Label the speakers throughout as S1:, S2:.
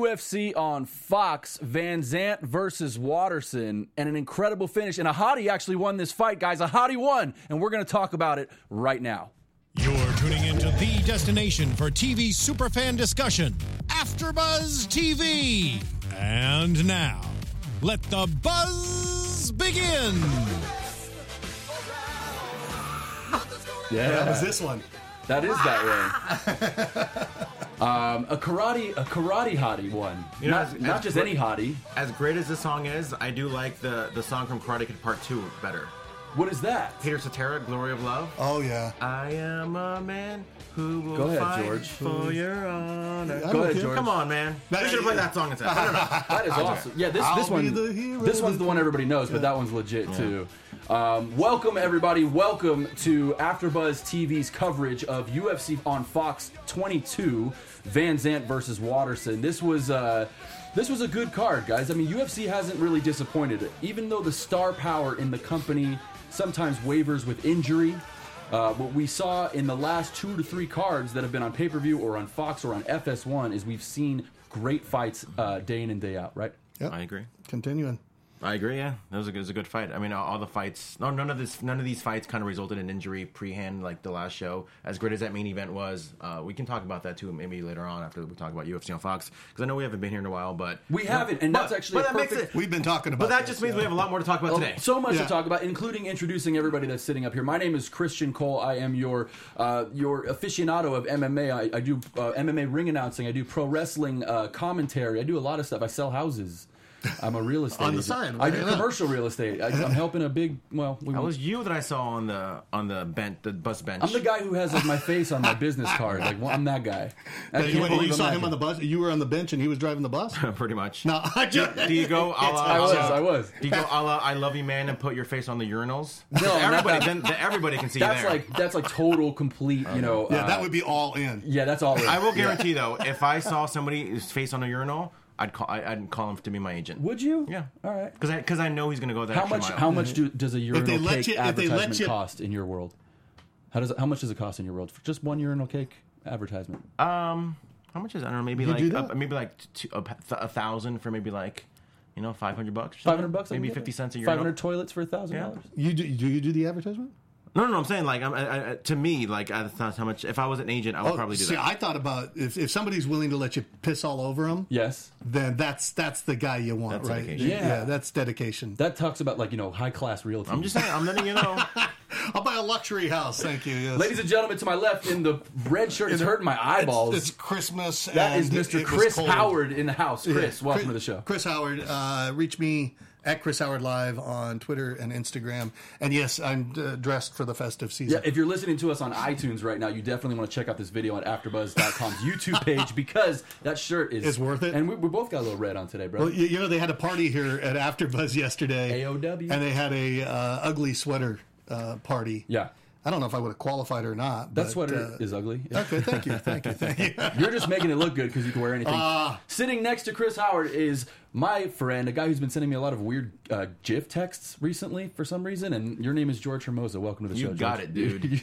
S1: UFC on Fox, Van Zant versus Watterson, and an incredible finish. And Ahadi actually won this fight, guys. Ahadi won, and we're going to talk about it right now.
S2: You're tuning into the destination for TV superfan discussion, AfterBuzz TV. And now, let the buzz begin.
S3: That was this one.
S1: That is that way. um, a karate, a karate hottie one,
S4: know,
S1: not,
S4: as-
S1: not
S4: as
S1: just
S4: great-
S1: any hottie.
S4: As great as this song is, I do like the, the song from Karate Kid Part 2 better.
S1: What is that?
S4: Peter Cetera, Glory of Love.
S3: Oh yeah.
S4: I am a man who will
S1: Go ahead,
S4: fight
S1: George.
S4: for your honor.
S3: I'm
S1: Go ahead,
S3: okay.
S1: George.
S4: Come on, man.
S3: That-
S4: you should have played that song instead. I don't know.
S1: That is awesome. Yeah, this this
S3: I'll be
S1: one
S3: the hero
S1: this one's
S3: that-
S1: the one everybody knows, but that one's legit too. Um, welcome everybody. Welcome to AfterBuzz TV's coverage of UFC on Fox 22, Van Zant versus Watterson. This was uh, this was a good card, guys. I mean, UFC hasn't really disappointed, even though the star power in the company sometimes wavers with injury. Uh, what we saw in the last two to three cards that have been on pay per view or on Fox or on FS1 is we've seen great fights uh, day in and day out, right?
S3: Yep.
S4: I agree.
S3: Continuing.
S4: I agree. Yeah, that was a good, it was a good fight. I mean, all, all the fights. No, none of this. None of these fights kind of resulted in injury pre-hand like the last show. As great as that main event was, uh, we can talk about that too. Maybe later on after we talk about UFC on Fox because I know we haven't been here in a while, but
S1: We haven't, and that's actually
S4: but
S1: a
S4: that makes
S1: perfect- Oh,
S4: it.
S3: We've been talking about.
S4: But that
S3: this,
S4: just means
S3: yeah.
S4: we have a lot more to talk about today.
S1: So much to
S3: Yeah.
S1: talk about, including introducing everybody that's sitting up here. My name is Christian Cole. I am your uh, your aficionado of MMA. I, I do uh, MMA ring announcing. I do pro wrestling uh, commentary. I do a lot of stuff. I sell houses. I'm a real estate
S3: On the
S1: agent.
S3: side,
S1: I
S3: right?
S1: do
S3: Yeah.
S1: commercial real estate. I, I'm helping a big. Well, we,
S4: that was you that I saw on the on the bench, the bus bench.
S1: I'm the guy who has like, my face on my business card. Like well, I'm that guy. I can't
S3: Hey, you,
S1: believe
S3: you
S1: I'm
S3: saw
S1: that
S3: him
S1: guy.
S3: on the bus. You were on the bench and he was driving the bus.
S4: pretty much.
S3: no, I just.
S4: Do you go? a la-
S1: I was.
S4: uh,
S1: I was.
S4: Do you go? a la, I love you, man, and put your face on the urinals.
S1: No,
S4: everybody.
S1: not that.
S4: Then, then everybody can see you
S1: That's
S4: there.
S1: like that's like total complete. You know.
S3: Yeah,
S1: uh,
S3: that would be all in.
S1: Yeah, that's all. it is.
S4: Oh, I will guarantee though, if I saw somebody's face on a urinal, I'd call. I, I'd call him to be my agent.
S1: Would you?
S4: Yeah.
S1: All right.
S4: Because I because I know he's gonna go that
S1: How
S4: extra
S1: much?
S4: mile.
S1: How much do, does a urinal
S3: they let
S1: cake
S3: you- if they let
S1: advertisement
S3: you-
S1: cost in your world? How does it, how much does it cost in your world for just one urinal cake advertisement?
S4: Um, how much is I don't know. Maybe
S3: do
S4: like
S3: that?
S4: uh, maybe like two, a, pa- th- a thousand for maybe like you know five hundred bucks. or
S1: Five hundred
S4: something?
S1: bucks.
S4: Maybe fifty cents a
S1: Five
S4: urinal.
S1: hundred toilets for thousand
S4: Yeah.
S1: dollars.
S3: You do? Do you do the advertisement?
S4: No, no, no. I'm saying like I'm, I, I, to me like I thought how much. If I was an agent,
S1: Oh,
S4: I would probably do
S3: see,
S4: that.
S3: I thought about if, if somebody's willing to let you piss all over them,
S1: Yes.
S3: then that's that's the guy you want,
S4: That's
S3: right?
S4: dedication.
S1: Yeah.
S3: that's dedication.
S1: That talks about like you know high class realty.
S4: I'm just saying. I'm letting you know.
S3: I'll buy a luxury house. Thank you. Yes.
S1: Ladies and gentlemen, to my left in the red shirt is hurting my eyeballs.
S3: It's, it's Christmas.
S1: that is
S3: and
S1: Mr.
S3: it was
S1: Chris
S3: cold.
S1: Howard in the house.
S3: Yeah.
S1: Chris, welcome
S3: Chris-
S1: to the show.
S3: Chris Howard. Uh, reach me at Chris Howard Live on Twitter and Instagram. And yes, I'm uh, dressed for the festive
S1: Yeah,
S3: season.
S1: if you're listening to us on iTunes right now, you definitely want to check out this video on AfterBuzz.com's YouTube page because that shirt is
S3: It's worth it.
S1: And we, we both got a little red on today, bro.
S3: Well, you, you know they had a party here at AfterBuzz yesterday.
S1: AOW.
S3: And they had a uh, ugly sweater uh, party.
S1: yeah,
S3: I don't know if I would have qualified or not.
S1: that
S3: but,
S1: sweater
S3: uh,
S1: is ugly.
S3: okay. Thank you. Thank you. Thank you.
S1: You're just making it look good because you can wear anything.
S3: Ah.
S1: Sitting next to Chris Howard is my friend, a guy who's been sending me a lot of weird uh, GIF texts recently for some reason. And your name is George Hermosa. Welcome to the
S4: You
S1: show.
S4: got
S1: George.
S4: it, dude.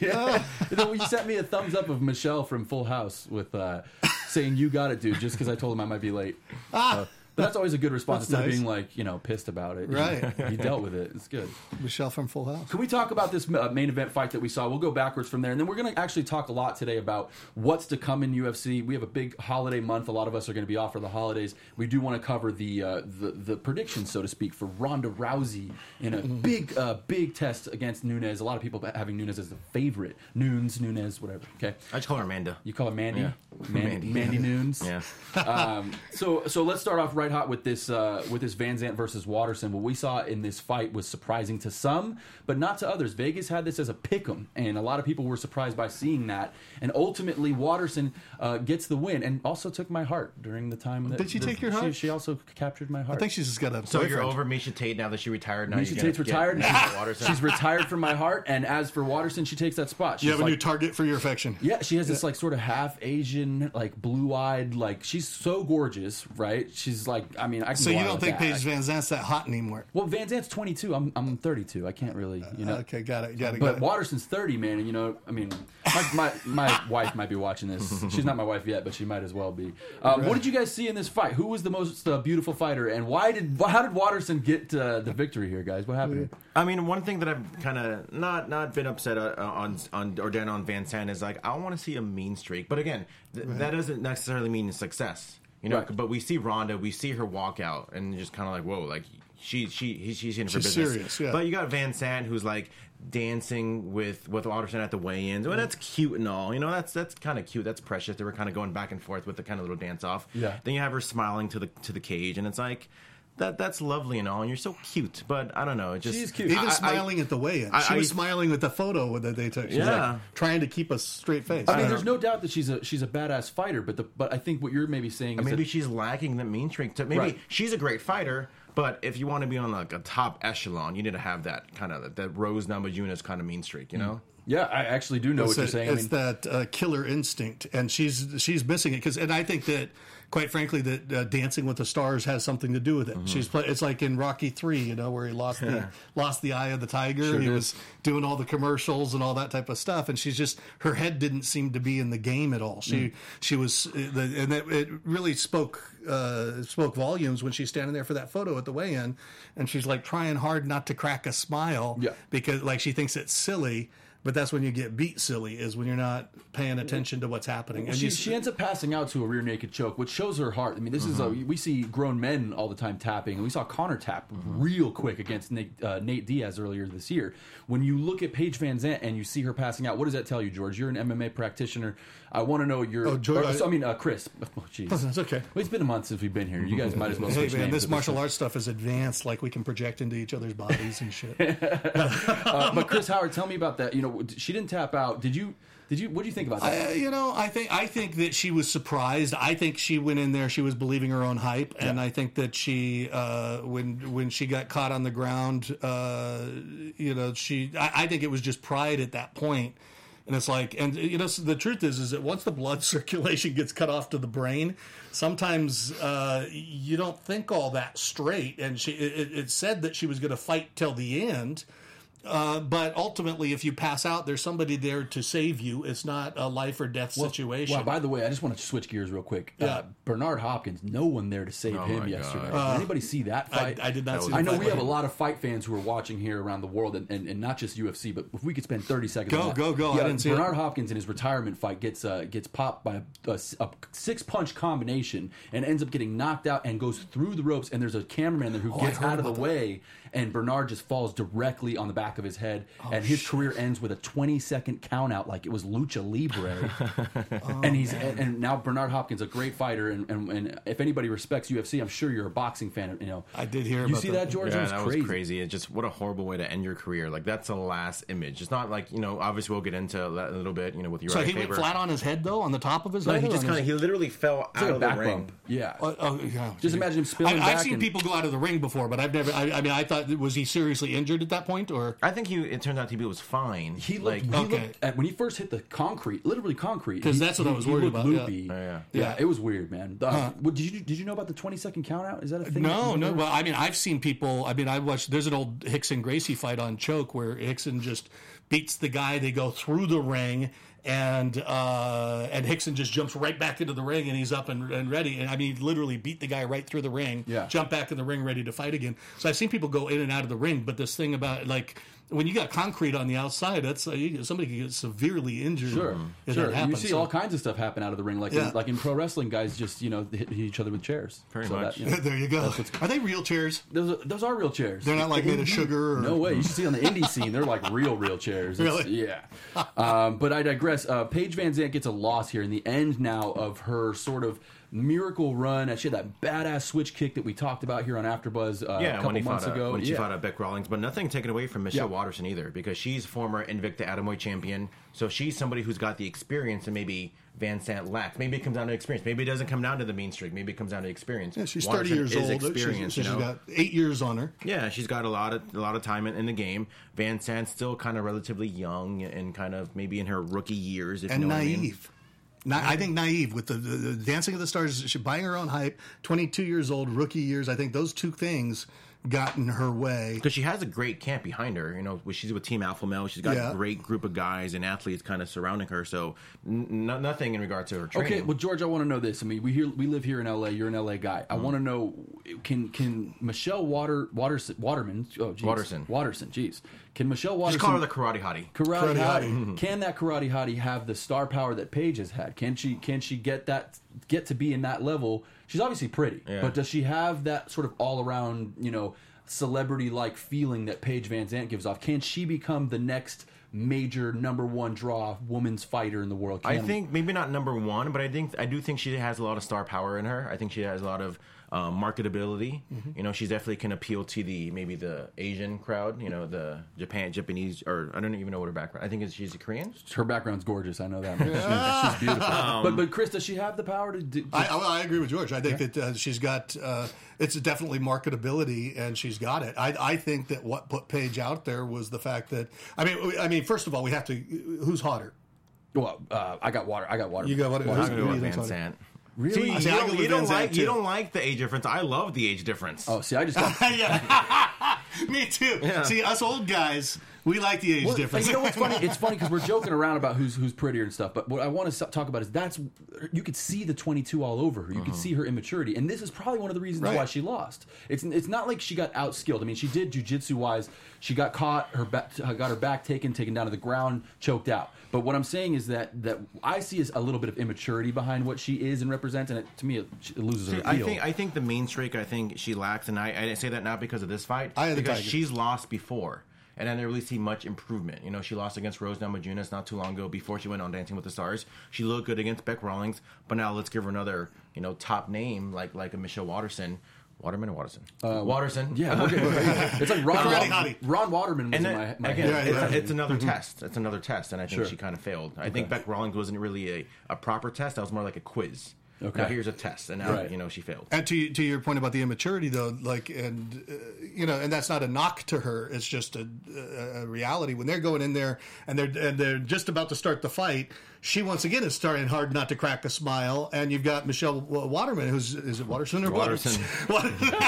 S1: yeah. Then you sent me a thumbs up of Michelle from Full House with uh, saying you got it, dude, just because I told him I might be late. So, but that's always a good response
S3: Ah. That's
S1: instead of
S3: nice.
S1: being like you know pissed about it.
S3: Right.
S1: He dealt with it. It's good.
S3: Michelle from Full House.
S1: Can we talk about this uh, main event fight that we saw? We'll go backwards from there, and then we're going to actually talk a lot today about what's to come in UFC. We have a big holiday month; a lot of us are going to be off for the holidays. We do want to cover the, uh, the the predictions, so to speak, for Ronda Rousey in
S4: Mm-hmm.
S1: a big uh, big test against Nunes. A lot of people having Nunes as the favorite. Nunes, Nunes, whatever. Okay,
S4: I just call her Amanda.
S1: you call her Mandy,
S4: Yeah.
S1: Mandy,
S4: Mandy.
S1: Mandy Nunes.
S4: Yeah.
S1: um, so so let's start off right hot with this uh, with this Van Zant versus Watterson. What we saw in this fight was surprising to some, but not to others. Vegas had this as a pick'em, and a lot of people were surprised by seeing that. And ultimately, Watterson uh, gets the win, and also took my heart during the time. That,
S3: Did she
S1: that-
S3: take your heart?
S1: She, she also captured my heart.
S3: I think she's just got a.
S4: So you're
S3: boyfriend.
S4: over Misha Tate now that she retired. Now
S1: Misha
S4: you're gonna
S1: Tate's retired.
S4: Get, Misha Watterson.
S1: She's retired from my heart, and as for Watterson, she takes that spot. She's
S3: You have a
S1: like-
S3: new target for your affection.
S1: Yeah, she has this like sort of half Asian, like blue eyed, like she's so gorgeous, right? She's like like, I mean, I can go
S3: So you
S1: out
S3: don't
S1: with
S3: think
S1: that.
S3: Paige Van Zandt's that hot anymore?
S1: Well, Van Zandt's 22. I'm I'm 32. I can't really, you know.
S3: Okay, got it, got it, got
S1: But
S3: it.
S1: Watterson's 30, man. And you know, I mean, my my, my wife might be watching this. She's not my wife yet, but she might as well be. Um, What did you guys see in this fight? Who was the most uh, beautiful fighter, and why did how did Watterson get uh, the victory here, guys? What happened? here?
S4: I mean, one thing that I've kind of not not been upset uh, on on or down on Van Sant is like I want to see a mean streak, but again, th- that doesn't necessarily mean success, you know.
S1: Right.
S4: But we see Ronda, we see her walk out, and just kind of like whoa, like she she he- she's in for
S3: She's
S4: business.
S3: serious, yeah.
S4: But you got Van Sant who's like dancing with with Alderson at the weigh-ins. Well, that's cute and all, you know. That's that's kind of cute. That's precious. They were kind of going back and forth with the kind of little dance off.
S1: Yeah.
S4: Then you have her smiling to the to the cage, and it's like. That, that's lovely and all, and you're so cute, but I don't know. It just
S1: She's cute.
S3: Even
S4: I- I-
S3: smiling at the weigh-in,
S4: I-
S3: she was
S4: I-
S3: smiling with the photo that they took. She was
S4: Yeah.
S3: like trying to keep a straight face.
S1: I mean, there's no doubt that she's a she's a badass fighter, but the but I think what you're maybe saying is
S4: maybe
S1: that,
S4: she's lacking that mean streak. To, maybe
S1: Right.
S4: she's a great fighter, but if you want to be on like a top echelon, you need to have that kind of that Rose Namajunas kind of mean streak.
S1: Mm.
S4: You know,
S1: yeah, I actually do know what
S3: it's
S1: you're
S3: that-
S1: saying. I
S3: it's
S1: mean,
S3: that uh, killer instinct, and she's she's missing it because, and I think that, quite frankly, that uh, Dancing with the Stars has something to do with it.
S1: Mm-hmm.
S3: She's play, it's like in Rocky Three, you know, where he lost the lost the eye of the tiger. he
S1: did.
S3: was doing all the commercials and all that type of stuff, and she's just her head didn't seem to be in the game at all.
S1: Mm.
S3: She she was, uh, the, and it, it really spoke uh, spoke volumes when she's standing there for that photo at the weigh-in, and she's like trying hard not to crack a smile
S1: Yeah.
S3: because like she thinks it's silly but that's when you get beat silly is when you're not paying attention to what's happening and
S1: she,
S3: you,
S1: she ends up passing out to a rear naked choke, which shows her heart. I mean, this is a
S3: Mm-hmm.
S1: we see grown men all the time tapping, and we saw Connor tap
S3: Mm-hmm.
S1: real quick against Nate, uh, Nate Diaz earlier this year. When you look at Paige Van Zant and you see her passing out, what does that tell you, George? You're an MMA practitioner. I want to know your.
S3: Oh, George,
S1: or,
S3: I-
S1: so- I mean, uh, Chris. Oh, jeez.
S3: That's okay.
S1: Well, it's been a month since we've been here. You guys might as well.
S3: hey
S1: switch
S3: man
S1: names
S3: this
S1: at point.
S3: martial arts stuff is advanced like we can project into each other's bodies and shit
S1: Uh, but Chris Howard, tell me about that. You know, she didn't tap out. Did you? Did you? What do you think about that?
S3: Uh, you know i think i think that she was surprised i think she went in there she was believing her own hype and i think that she uh, when when she got caught on the ground uh, you know she I, I think it was just pride at that point and it's like and you know so the truth is is that once the blood circulation gets cut off to the brain sometimes uh, you don't think all that straight and she it, it- it said that she was going to fight till the end uh, but ultimately, if you pass out, there's somebody there to save you. It's not a life or death situation.
S1: Wow, by the way, I just want to switch gears real quick.
S3: Yeah.
S1: Uh, Bernard Hopkins, no one there to save
S4: Oh my
S1: him
S4: God.
S1: yesterday. Did anybody see that fight?
S3: Uh, I did not see
S1: I
S3: the
S1: know
S3: fight.
S1: we have a lot of fight fans who are watching here around the world, and, and, and not just UFC. But if we could spend thirty seconds,
S3: Go,
S1: on that.
S3: go, go. I
S1: Yeah,
S3: didn't see it.
S1: Bernard Hopkins in his retirement fight gets uh, gets popped by a, six punch combination and ends up getting knocked out and goes through the ropes. And there's a cameraman there who gets
S3: Oh, heard
S1: out of the
S3: about that.
S1: way, and Bernard just falls directly on the back of his head,
S3: Oh,
S1: and his career ends with a twenty second count out, like it was lucha libre.
S3: Oh,
S1: and he's and, and now Bernard Hopkins, a great fighter, and, and and if anybody respects UFC, I'm sure you're a boxing fan. You know,
S3: I did hear
S1: You
S3: about
S1: see
S3: that.
S1: that, George?
S4: Yeah,
S1: it was
S4: that
S1: crazy.
S4: was crazy. It's just what a horrible way to end your career. Like that's the last image. It's not like you know. Obviously, we'll get into that in a little bit. You know, with your
S3: so he went flat on his head, though, on the top of his head.
S4: he
S3: or
S4: just
S3: on
S4: kind of
S3: his-
S4: he literally fell out
S1: Like a
S4: of the
S1: back
S4: ring.
S1: bump. Yeah.
S3: Oh, oh, yeah.
S1: Just imagine him spilling
S3: I,
S1: back
S3: I've seen
S1: and-
S3: people go out of the ring before, but I've never. I, I mean, I thought was he seriously injured at that point, or
S4: I think he. It turned out to be was fine.
S1: He looked, he
S3: okay.
S1: looked at, when he first hit the concrete, literally concrete.
S3: 'Cause
S1: he-
S3: that's what I
S1: he-
S3: was
S1: he
S3: worried
S1: looked
S3: about, yeah.
S1: Loopy.
S4: Oh, yeah.
S1: Yeah, it was weird, man. Uh, what- did you did you know about the twenty second count out? Is that a thing? that
S3: No,
S1: you
S3: no.
S1: remember?
S3: Well, I mean, I've seen people. I mean, I watched. There's an old Hickson Gracie fight on choke where Hickson just beats the guy. They go through the ring, and uh, and Hickson just jumps right back into the ring, and he's up and, and ready. And I mean, he literally beat the guy right through the ring.
S1: Yeah.
S3: Jump back in the ring, ready to fight again. So I've seen people go in and out of the ring. But this thing about like when you got concrete on the outside, that's uh, you, somebody can get severely injured.
S1: Sure,
S4: Mm-hmm.
S3: if
S1: sure.
S3: That happens.
S1: you see
S3: So-
S1: all kinds of stuff happen out of the ring, like
S3: Yeah.
S1: in, like in pro wrestling, guys just you know hit, hit each other with chairs.
S4: Pretty
S1: So
S4: much.
S1: That, you know,
S3: there you go. Are they real chairs?
S1: those, are- those are real chairs.
S3: They're not like made of sugar. Or,
S1: No way. You should see on the indie scene, they're like real, real chairs. It's-
S3: Really?
S1: Yeah. Um, but I digress. Uh, Paige Van Zant gets a loss here in the end now of her sort of miracle run. She had that badass switch kick that we talked about here on AfterBuzz uh, a
S4: yeah,
S1: couple
S4: when he
S1: months
S4: fought, uh,
S1: ago.
S4: when she
S1: Yeah.
S4: fought uh, Beck Rawlings, but nothing taken away from Michelle
S1: Yeah.
S4: Watterson either, because she's former Invicta Atomoi champion, so she's somebody who's got the experience, and maybe Van Sant lacks. Maybe it comes down to experience. Maybe it doesn't come down to the mean streak. Maybe it comes down to experience.
S3: Yeah, she's
S4: Watterson
S3: 30 years
S4: is
S3: old.
S4: Experience,
S3: she's,
S4: you know?
S3: she's got eight years on her.
S4: Yeah, she's got a lot of a lot of time in, in the game. Van Sant's still kind of relatively young and kind of maybe in her rookie years, if
S3: and
S4: you know
S3: naive.
S4: What
S3: Na- I think naive with the, the, the Dancing of the Stars, she buying her own hype, 22 years old, rookie years. I think those two things got in her way.
S4: because she has a great camp behind her. You know, she's with Team Alpha Male. She's got
S3: Yeah.
S4: a great group of guys and athletes kind of surrounding her. So n- n- nothing in regard to her training.
S1: Okay, well, George, I want to know this. I mean, we here, we live here in L.A. You're an L.A. guy.
S4: Mm-hmm.
S1: I want to know can can Michelle Water Waters Waterman oh jeez.
S4: Waterson.
S1: Waterson jeez can Michelle Waterson
S4: just call her the Karate Hottie.
S1: karate,
S3: Karate
S1: hottie. Can that karate hottie have the star power that Paige has had? Can she can she get that get to be in that level? She's obviously pretty,
S4: Yeah.
S1: but does she have that sort of all around you know celebrity like feeling that Paige Van Zant gives off? Can she become the next major number one draw woman's fighter in the world? Can,
S4: I think maybe not number one, but I think I do think she has a lot of star power in her. I think she has a lot of um, marketability.
S3: Mm-hmm.
S4: You know, she definitely can appeal to the maybe the Asian crowd. You know, the Japan Japanese or I don't even know what her background. I think is she's a Korean.
S1: her background's gorgeous. I know that. Much. She's, she's beautiful. but but Chris, does she have the power to? do
S3: I, I, I agree with George. I think that uh, she's got uh, it's definitely marketability, and she's got it. I, I think that what put Paige out there was the fact that I mean, we- I mean, first of all, we have to who's hotter.
S1: well, uh, I got water. I got water.
S3: You got what?
S4: I'm
S3: who's-
S4: gonna
S3: who
S4: go
S3: do
S4: with
S3: you think's
S4: Van
S3: hotter?
S4: Sant.
S1: Really?
S4: See, you
S3: See, I go
S4: don't,
S3: with
S4: you don't
S3: Van Sant,
S4: like you
S3: too.
S4: don't like the age difference. I love the age difference.
S1: Oh, see, I just got
S3: Me too. See, us old guys, we like the age
S1: Well,
S3: difference.
S1: You know what's funny? It's funny because we're joking around about who's who's prettier and stuff. But what I want to talk about is that's you could see the 22 all over her. You could see her immaturity, and this is probably one of the reasons
S3: Right.
S1: why she lost. It's it's not like she got outskilled. I mean, she did jujitsu wise. She got caught. Her back got her back taken, taken down to the ground, choked out. But what I'm saying is that that I see is a little bit of immaturity behind what she is and represents, and it, to me, it, it loses her
S4: I
S1: appeal.
S4: think I think the main streak I think she lacks, and I, I say that not because of this fight,
S3: Eye of the
S4: because
S3: tiger.
S4: she's lost before, and I didn't really see much improvement. You know, she lost against Rose Namajunas not too long ago before she went on Dancing with the Stars. She looked good against Beck Rawlings, but now let's give her another you know top name like like a Michelle Waterson, Waterman or Waterson, uh, Waterson,
S1: yeah, we're getting- it's like Ron,
S3: Karate
S1: Wa-
S3: hottie.
S1: Ron Waterman was
S4: and
S1: in
S4: then-
S1: my, my
S4: again,
S1: head.
S3: Yeah,
S4: it's,
S3: yeah.
S4: it's another test. It's another test, and I think
S1: Sure.
S4: she kind of failed. I think Beck Rawlings wasn't really a, a proper test. That was more like a quiz.
S1: Okay.
S4: Now here's a test, and now
S1: Right.
S4: you know she failed.
S3: And to to your point about the immaturity, though, like and uh, you know, and that's not a knock to her. It's just a, a, a reality. When they're going in there and they're and they're just about to start the fight, she once again is starting hard not to crack a smile. And you've got Michelle Wa- Waterman, who's is it Waterson or
S4: Waterson.
S3: Waterson?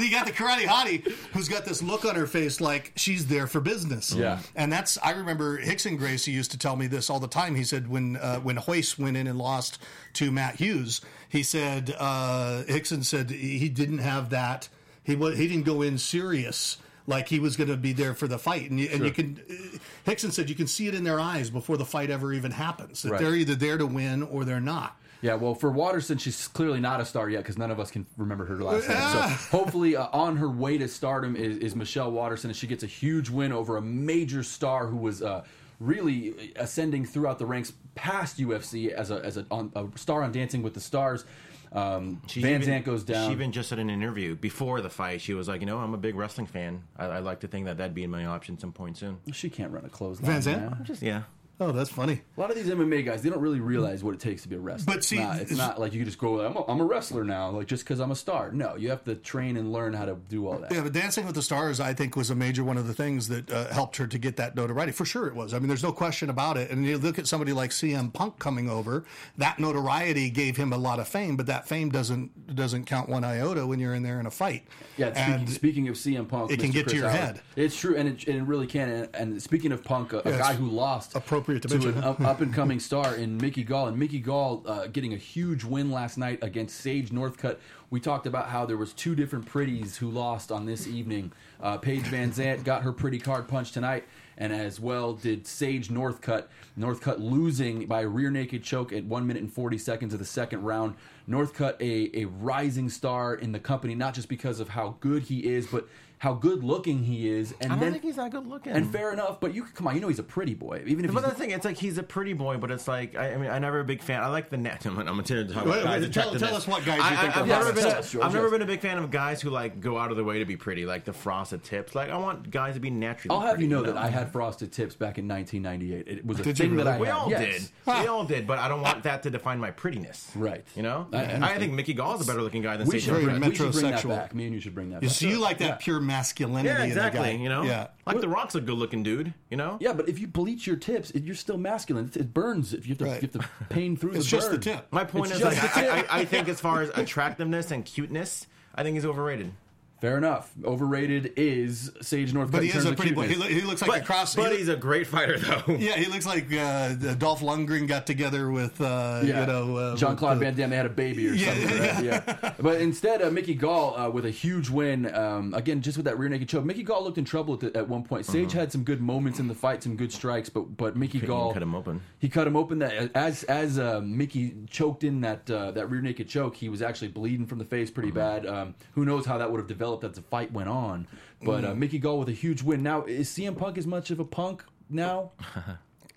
S3: you got the karate hottie who's got this look on her face like she's there for business.
S1: Yeah.
S3: And that's I remember Hickson Gracie used to tell me this all the time. He said when uh, when Hoyce went in and lost to Matt Hughes, he said uh, Hickson said he didn't have that. He wa- he didn't go in serious. Like he was going to be there for the fight, and you, and you can, uh, Hickson said you can see it in their eyes before the fight ever even happens. That
S1: Right.
S3: they're either there to win or they're not.
S1: Yeah, well, for Waterson, she's clearly not a star yet because none of us can remember her last name. So hopefully, uh, on her way to stardom is, is Michelle Waterson, and she gets a huge win over a major star who was uh, really uh, ascending throughout the ranks past UFC as a as a, on, a star on Dancing with the Stars. Um,
S4: She
S1: Van
S4: even-
S1: Zant goes down.
S4: She even just said in an interview before the fight, she was like, you know, I'm a big wrestling fan. I, I like to think that that'd be in my option some point soon.
S1: She can't run a clothesline.
S3: Van Zandt?
S1: man.
S4: Just yeah.
S3: Oh, that's funny.
S1: A lot of these MMA guys, they don't really realize what it takes to be a wrestler.
S3: But see,
S1: it's not, it's
S3: it's-
S1: not like you just go, I'm a, I'm a wrestler now, like just because I'm a star. No, you have to train and learn how to do all that.
S3: Yeah, but Dancing with the Stars, I think, was a major one of the things that uh, helped her to get that notoriety. For sure, it was. I mean, there's no question about it. And you look at somebody like CM Punk coming over; that notoriety gave him a lot of fame, but that fame doesn't doesn't count one iota when you're in there in a fight.
S1: Yeah,
S3: and
S1: speaking, speaking of CM Punk,
S3: it can
S1: Mr.
S3: get to
S1: Chris
S3: your
S1: Howard,
S3: head.
S1: It's true, and it, and it really can. And, and speaking of Punk, a, a
S3: it's
S1: guy who lost
S3: appropriate to
S1: an
S3: mention.
S1: up and coming star in Mickey Gall, and Mickey Gall uh, getting a huge win last night against Sage Northcutt. We talked about how there was two different pretties who lost on this evening. Uh, Paige Van Zant got her pretty card punch tonight. And as well did Sage Northcutt. Northcutt losing by rear naked choke at one minute and forty seconds of the second round. Northcutt, a, a rising star in the company, not just because of how good he is, but how good looking he is. And
S4: I don't
S1: then,
S4: think he's that good looking.
S1: and fair enough, but you come on, you know he's a pretty boy. Even if
S4: but
S1: he's,
S4: that's the thing. It's like he's a pretty boy, but it's like I, I mean, I'm never a big fan. I like the net. I'm, I'm gonna tell you- talk
S3: Wait,
S4: about
S3: wait,
S4: guys
S3: tell-
S4: attractiveness.
S3: tell us what guys you
S4: I,
S3: think
S4: I,
S3: are
S4: I've never
S3: hot.
S4: been
S1: yes, George,
S4: I've never
S1: yes.
S4: been a big fan of guys who like go out of their way to be pretty, like the frosted tips. Like I want guys to be naturally.
S1: I'll have
S4: pretty,
S1: you know that I had frosted tips back in 1998. It was a
S3: Did you
S1: thing that
S3: really?
S1: I
S4: We
S1: had.
S4: all
S1: Yes.
S4: did. We all did, but I don't want that to define my prettiness.
S1: Right.
S4: You know?
S1: I- I
S4: I, think Mickey Gall's a better looking guy than
S1: We should,
S4: Satan
S3: Very
S1: bring, we should bring that
S3: metrosexual.
S1: back. Me and you should bring that
S3: You
S1: back.
S3: see, you like that
S1: Yeah.
S3: pure masculinity.
S4: Yeah,
S3: In the
S4: exactly.
S3: guy.
S4: You know?
S3: yeah.
S4: Like The Rock's a good looking dude, you know?
S1: Yeah, but if you bleach your tips, it, you're still masculine. It, it burns if you have to,
S3: Right.
S1: you have to pain through
S3: It's
S1: the
S3: just the
S1: burn.
S3: tip.
S4: My point
S1: It's
S4: is
S1: just
S4: like
S1: the
S4: I,
S1: tip.
S4: I, I think as far as attractiveness and cuteness, I think he's overrated.
S1: Fair enough. Overrated is Sage Northcutt.
S3: But he
S1: in terms
S3: is a
S1: of
S3: pretty boy. He,
S1: cuteness.
S3: lo- he looks like
S4: But,
S3: a cross.
S4: but
S3: he-
S4: he's a great fighter though.
S3: yeah, he looks like uh, Dolph Lundgren got together with uh,
S1: Yeah.
S3: you know uh,
S1: John
S3: with
S1: Claude
S3: the-
S1: Van Damme. They had a baby or something. right? Yeah. But instead, uh, Mickey Gall uh, with a huge win. Um, again, just with that rear naked choke. Mickey Gall looked in trouble at, the, at one point. Sage had some good moments in the fight, some good strikes, but but Mickey Gall
S4: Mm-hmm. cut him open.
S1: He cut him open. That as as uh, Mickey choked in that uh, that rear naked choke, he was actually bleeding from the face pretty
S4: Mm-hmm.
S1: bad. Um, who knows how that would have developed as the fight went on? But
S4: Mm.
S1: uh, Mickey Gall with a huge win. Now is CM Punk as much of a punk now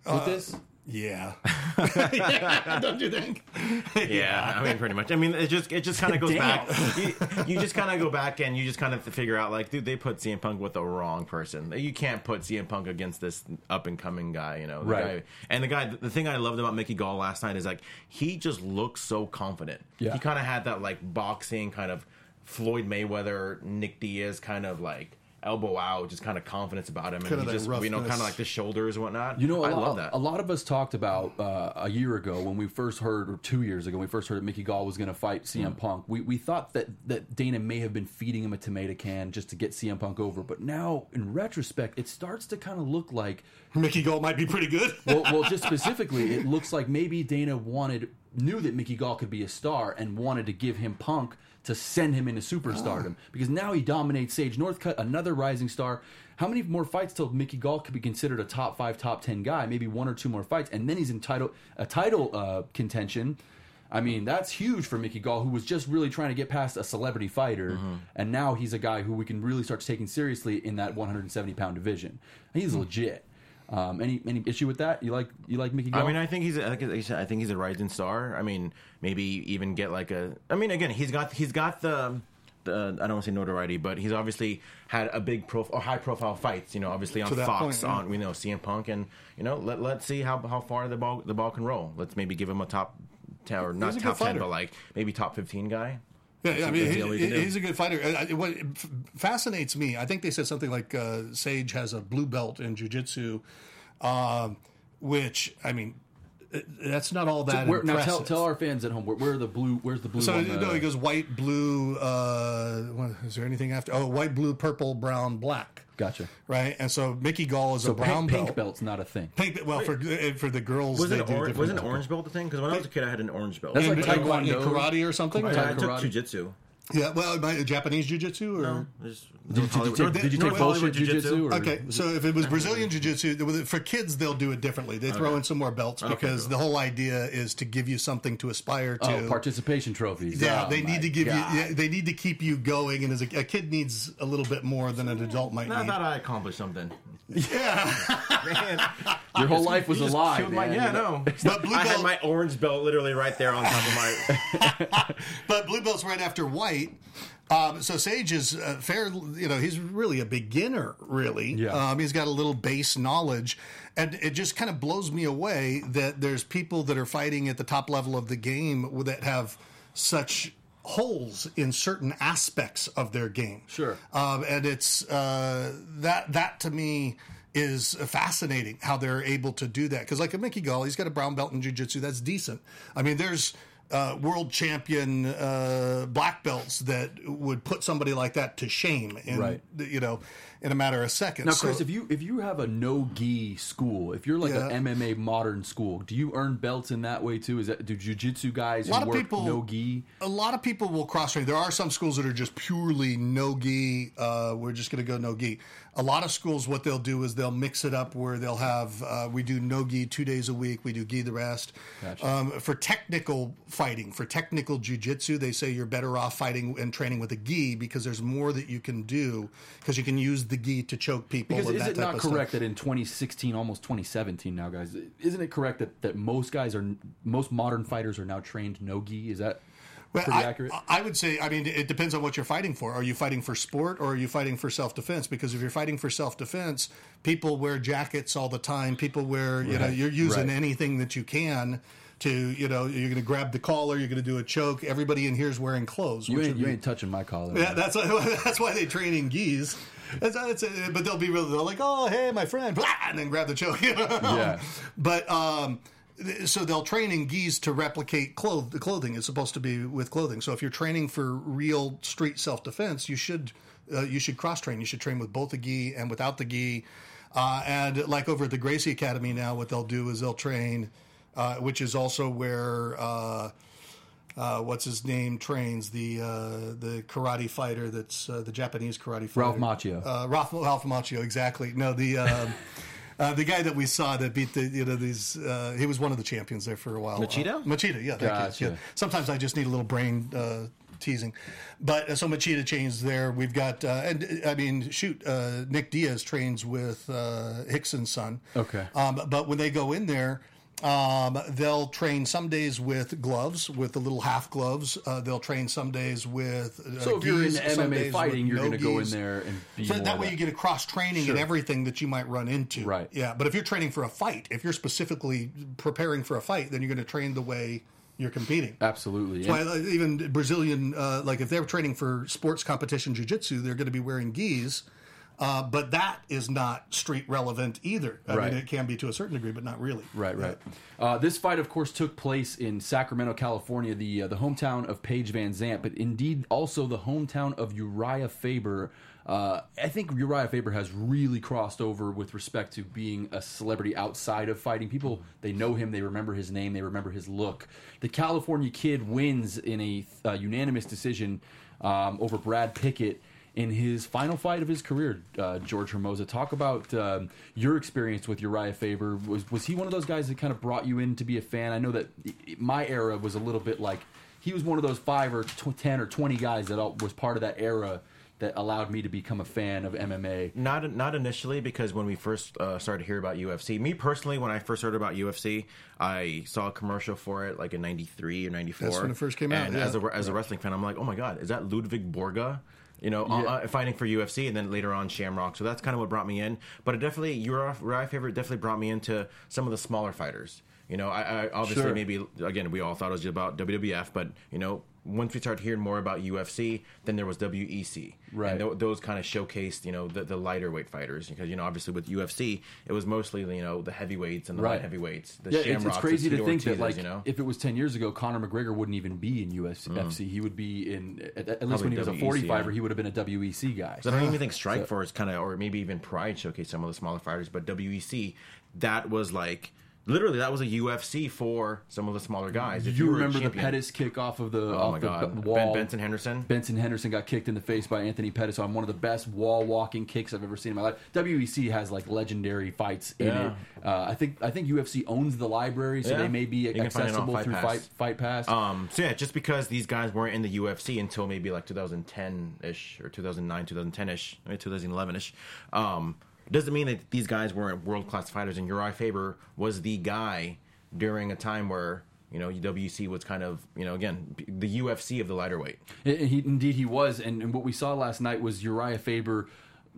S1: with this?
S3: Yeah. yeah. Don't you think?
S4: Yeah, I mean, pretty much. I mean, it just it just kind of goes
S1: Damn.
S4: back. You, you just kind of go back and you just kind of figure out like, dude, they put CM Punk with the wrong person. You can't put CM Punk against this up and coming guy, you know? the
S1: Right.
S4: guy- and the guy, the thing I loved about Mickey Gall last night is like he just looked so confident.
S1: Yeah.
S4: He kind of had that like boxing kind of Floyd Mayweather, Nick Diaz kind of like. Elbow out, just kind of confidence about him, and
S3: Kinda
S4: he
S3: that
S4: just you know
S3: roughness.
S4: kind of like the shoulders and whatnot.
S1: You know, a
S4: I
S1: lot,
S4: love that.
S1: A lot of us talked about uh, a year ago when we first heard, or two years ago, when we first heard that Mickey Gall was going to fight CM
S4: Mm.
S1: Punk. We, we thought that, that Dana may have been feeding him a tomato can just to get CM Punk over. But now, in retrospect, it starts to kind of look like,
S3: Mickey Gold might be pretty good.
S1: well, well, just specifically, it looks like maybe Dana wanted, knew that Mickey Gall could be a star and wanted to give him Punk to send him into superstardom because now he dominates Sage Northcutt, another rising star. How many more fights till Mickey Gall could be considered a top five, top ten guy? Maybe one or two more fights, and then he's entitled a title uh, contention. I mean, that's huge for Mickey Gall, who was just really trying to get past a celebrity fighter,
S3: Mm-hmm.
S1: and now he's a guy who we can really start taking seriously in that 170 pound division. He's
S3: Hmm.
S1: legit. Um, any any issue with that? You like you like Mickey Gall?
S4: I mean, I think he's. I think, he's- I think he's a rising star. I mean, maybe even get like a. I mean, again, he's got he's got the. the I don't want to say notoriety, but he's obviously had a big prof or high profile fights. You know, obviously on
S3: To that
S4: Fox,
S3: point, yeah.
S4: on we know CM Punk, and you know let let's see how how far the ball the ball can roll. Let's maybe give him a top. 10, or
S3: a
S4: not
S3: good
S4: top ten,
S3: fighter.
S4: but like maybe top fifteen guy.
S3: Yeah, yeah, I mean,
S4: That's the only way
S3: he,
S4: you can do.
S3: he's a good fighter. I, I- what f- fascinates me, I think they said something like uh, Sage has a blue belt in jujitsu, um, which I mean, uh, that's not all that
S1: Where- now
S3: impressive.
S1: tell, tell our fans at home where, where are the blue? Where's the blue?
S3: so
S1: on the-
S3: no, he goes white, blue. Uh, what, is there anything after? Oh, white, blue, purple, brown, black.
S1: Gotcha.
S3: Right, and so Mickey Gall is a
S1: Pink-
S3: brown
S1: pink,
S3: belt.
S1: belt's not a thing.
S3: Pink, well, for uh, for the girls,
S4: Was
S3: they
S4: it
S3: do
S4: or,
S3: different
S4: was an
S3: types of-
S4: orange belt the thing? Because when I was a kid, I had an orange belt.
S1: That's
S4: That's
S1: like
S3: And- and uh, what,
S1: taekwondo.
S3: karate or something.
S4: I took
S1: karate.
S4: jujitsu.
S3: Yeah, well, my, Japanese jujitsu or
S4: Just-
S1: Did, did you
S4: North-
S1: take, did you
S4: North
S1: take
S4: Hollywood
S1: bullshit jujitsu? or-
S3: Okay, so if it was Brazilian Jiu Jitsu, for kids, they'll do it differently. They throw in some more belts because
S4: cool.
S3: the whole idea is to give you something to aspire to.
S1: Oh, participation trophies.
S3: yeah,
S1: Oh,
S3: they
S1: my
S3: need to give
S1: God.
S3: you. Yeah, they need to keep you going, and as a, a kid needs a little bit more than an adult might
S4: I
S3: need.
S4: thought I accomplished something.
S1: Your whole life was a lie,
S4: Killed my-
S1: man.
S4: yeah, no.
S3: But blue
S4: I had
S3: belt,
S4: my orange belt literally right there on top of my.
S3: but blue belt's right after white. Um, so Sage is uh, fair. You know, he's really a beginner. Really,
S1: Yeah.
S3: um, he's got a little base knowledge, and it just kind of blows me away that there's people that are fighting at the top level of the game that have such holes in certain aspects of their game.
S1: Sure.
S3: um, and it's uh, that that to me. Is fascinating how they're able to do that because, like a Mickey Gall, he's got a brown belt in jiu-jitsu. That's decent. I mean, there's uh, world champion uh, black belts that would put somebody like that to shame, in,
S1: Right.
S3: You know, in a matter of seconds.
S1: Now,
S3: So-
S1: Chris, if you if you have a no gi school, if you're like
S3: Yeah.
S1: an MMA modern school, do you earn belts in that way too? Is that do jujitsu guys
S3: lot
S1: who
S3: of
S1: work
S3: people-
S1: no gi?
S3: a lot of people will cross train. There are some schools that are just purely no gi. Uh, we're just going to go no gi. A lot of schools, what they'll do is they'll mix it up where they'll have uh, we do no gi two days a week, we do gi the rest. Um, for technical fighting, for technical jujitsu, they say you're better off fighting and training with a gi because there's more that you can do because you can use the gi to choke people.
S1: Because
S3: and
S1: is
S3: that
S1: it
S3: type
S1: not
S3: of stuff.
S1: correct that in 2016, almost 2017 now, guys, isn't it correct that, that most guys are most modern fighters are now trained no gi? Is that
S3: Well,
S1: Pretty
S3: I,
S1: accurate.
S3: I would say, I mean, it depends on what you're fighting for. Are you fighting for sport or are you fighting for self defense? Because if you're fighting for self defense, people wear jackets all the time. People wear, you know, you're using
S1: Right.
S3: anything that you can to, you know, you're going to grab the collar, you're going to do a choke. Everybody in here is wearing clothes.
S1: You
S3: which
S1: ain't,
S3: would
S1: you
S3: be-
S1: ain't touching my collar.
S3: yeah, that's why, that's why they train in geese. That's, that's but they'll be really they're like, oh hey, my friend, blah, and then grab the choke. you know?
S1: Yeah.
S3: But um, th- so they'll train in geese to replicate cloth- the clothing. It's supposed to be with clothing. So if you're training for real street self defense, you should uh, you should cross train. You should train with both the gi and without the gi. Uh, and like over at the Gracie Academy now, what they'll do is they'll train, uh, which is also where. Uh, uh, what's his name trains the uh, the karate fighter that's uh, the Japanese karate
S1: Ralph
S3: fighter
S1: Macchio.
S3: Uh, Ralph, Ralph Macchio, exactly. No, the um, uh, the guy that we saw that beat the you know these uh, he was one of the champions there for a while.
S4: Machida?
S3: uh, Machida, yeah, thank
S1: Gotcha.
S3: you. Yeah. Sometimes I just need a little brain uh, teasing. But uh, so Machida trains there. We've got uh, and uh, I mean shoot, uh, Nick Diaz trains with uh, Hickson's son.
S1: Okay.
S3: Um, but when they go in there, um, they'll train some days with gloves, with the little half gloves. Uh, they'll train some days with. Uh,
S1: So if you're in
S3: gis, some days
S1: MMA
S3: with
S1: fighting, you're
S3: no
S1: going to go in
S3: gis.
S1: there and be
S3: So
S1: more
S3: that
S1: of
S3: way you get a cross training and everything that you might run into.
S1: Right.
S3: Yeah. But if you're training for a fight, if you're specifically preparing for a fight, then you're going to train the way you're competing.
S1: absolutely.
S3: Why, uh, even Brazilian, uh, like if they're training for sports competition jujitsu, they're going to be wearing gis. Uh, but that is not street relevant either. I
S1: Right.
S3: mean, it can be to a certain degree, but not really.
S1: Right, right. Uh, this fight, of course, took place in Sacramento, California, the uh, the hometown of Paige Van Zant, but indeed also the hometown of Uriah Faber. Uh, I think Uriah Faber has really crossed over with respect to being a celebrity outside of fighting. People they know him, they remember his name, they remember his look. The California kid wins in a uh, unanimous decision um, over Brad Pickett in his final fight of his career, uh, George Hermosa. Talk about um, your experience with Uriah Faber. Was was he one of those guys that kind of brought you in to be a fan? I know that i- i- my era was a little bit like he was one of those five or tw- ten or twenty guys that all, was part of that era that allowed me to become a fan of MMA.
S4: Not not initially because when we first uh, started to hear about UFC, me personally, when I first heard about UFC, I saw a commercial for it like in '93 or '94.
S3: That's when it first came out,
S4: And
S3: yeah.
S4: as a as a wrestling fan, I'm like, oh my god, is that Ludwig Borga? You know, uh, uh, fighting for UFC, and then later on Shamrock. So that's kind of what brought me in. But it definitely, your my favorite definitely brought me into some of the smaller fighters. You know, I, I obviously
S1: Sure.
S4: maybe again we all thought it was about WWF, but you know, once we started hearing more about UFC, then there was E WEC.
S1: Right.
S4: And tho- those kind of showcased, you know, the, the lighter weight fighters because you know obviously with UFC it was mostly you know the heavyweights and the
S1: Right.
S4: light heavyweights. The
S1: yeah, it's, it's
S4: Shamrocks, the
S1: crazy to
S4: Tito
S1: think that
S4: Ortizes,
S1: like
S4: you know.
S1: if it was ten years ago, Conor McGregor wouldn't even be in UFC.
S4: Mm.
S1: He would be in at, at least when he was a
S4: WEC,
S1: forty-fiver,
S4: E yeah.
S1: he would have been a WEC guy.
S4: So I don't even think Strike Force kind of, or maybe even Pride showcased some of the smaller fighters, but WEC, that was like literally that was a UFC for some of the smaller guys. If
S1: you,
S4: were a
S1: remember the
S4: champion-
S1: Pettis kick off of the
S4: Oh
S1: off
S4: my
S1: the
S4: god,
S1: b-
S4: Ben-
S1: wall?
S4: Benson Henderson.
S1: Benson Henderson got kicked in the face by Anthony Pettis on one of the best wall walking kicks I've ever seen in my life. WEC has like legendary fights in
S4: Yeah.
S1: it. Uh, I think I think UFC owns the library, so
S4: Yeah.
S1: they may be
S4: You can find it on
S1: accessible
S4: Fight
S1: through
S4: Pass.
S1: Fight Fight Pass.
S4: Um, so yeah, just because these guys weren't in the UFC until maybe like 2010 ish or 2009, 2010 ish, maybe 2011 ish, um, doesn't mean that these guys weren't world class fighters. And Uriah Faber was the guy during a time where you know WC was kind of you know again the UFC of the lighter weight.
S1: I- He, indeed, he was. And, and what we saw last night was Uriah Faber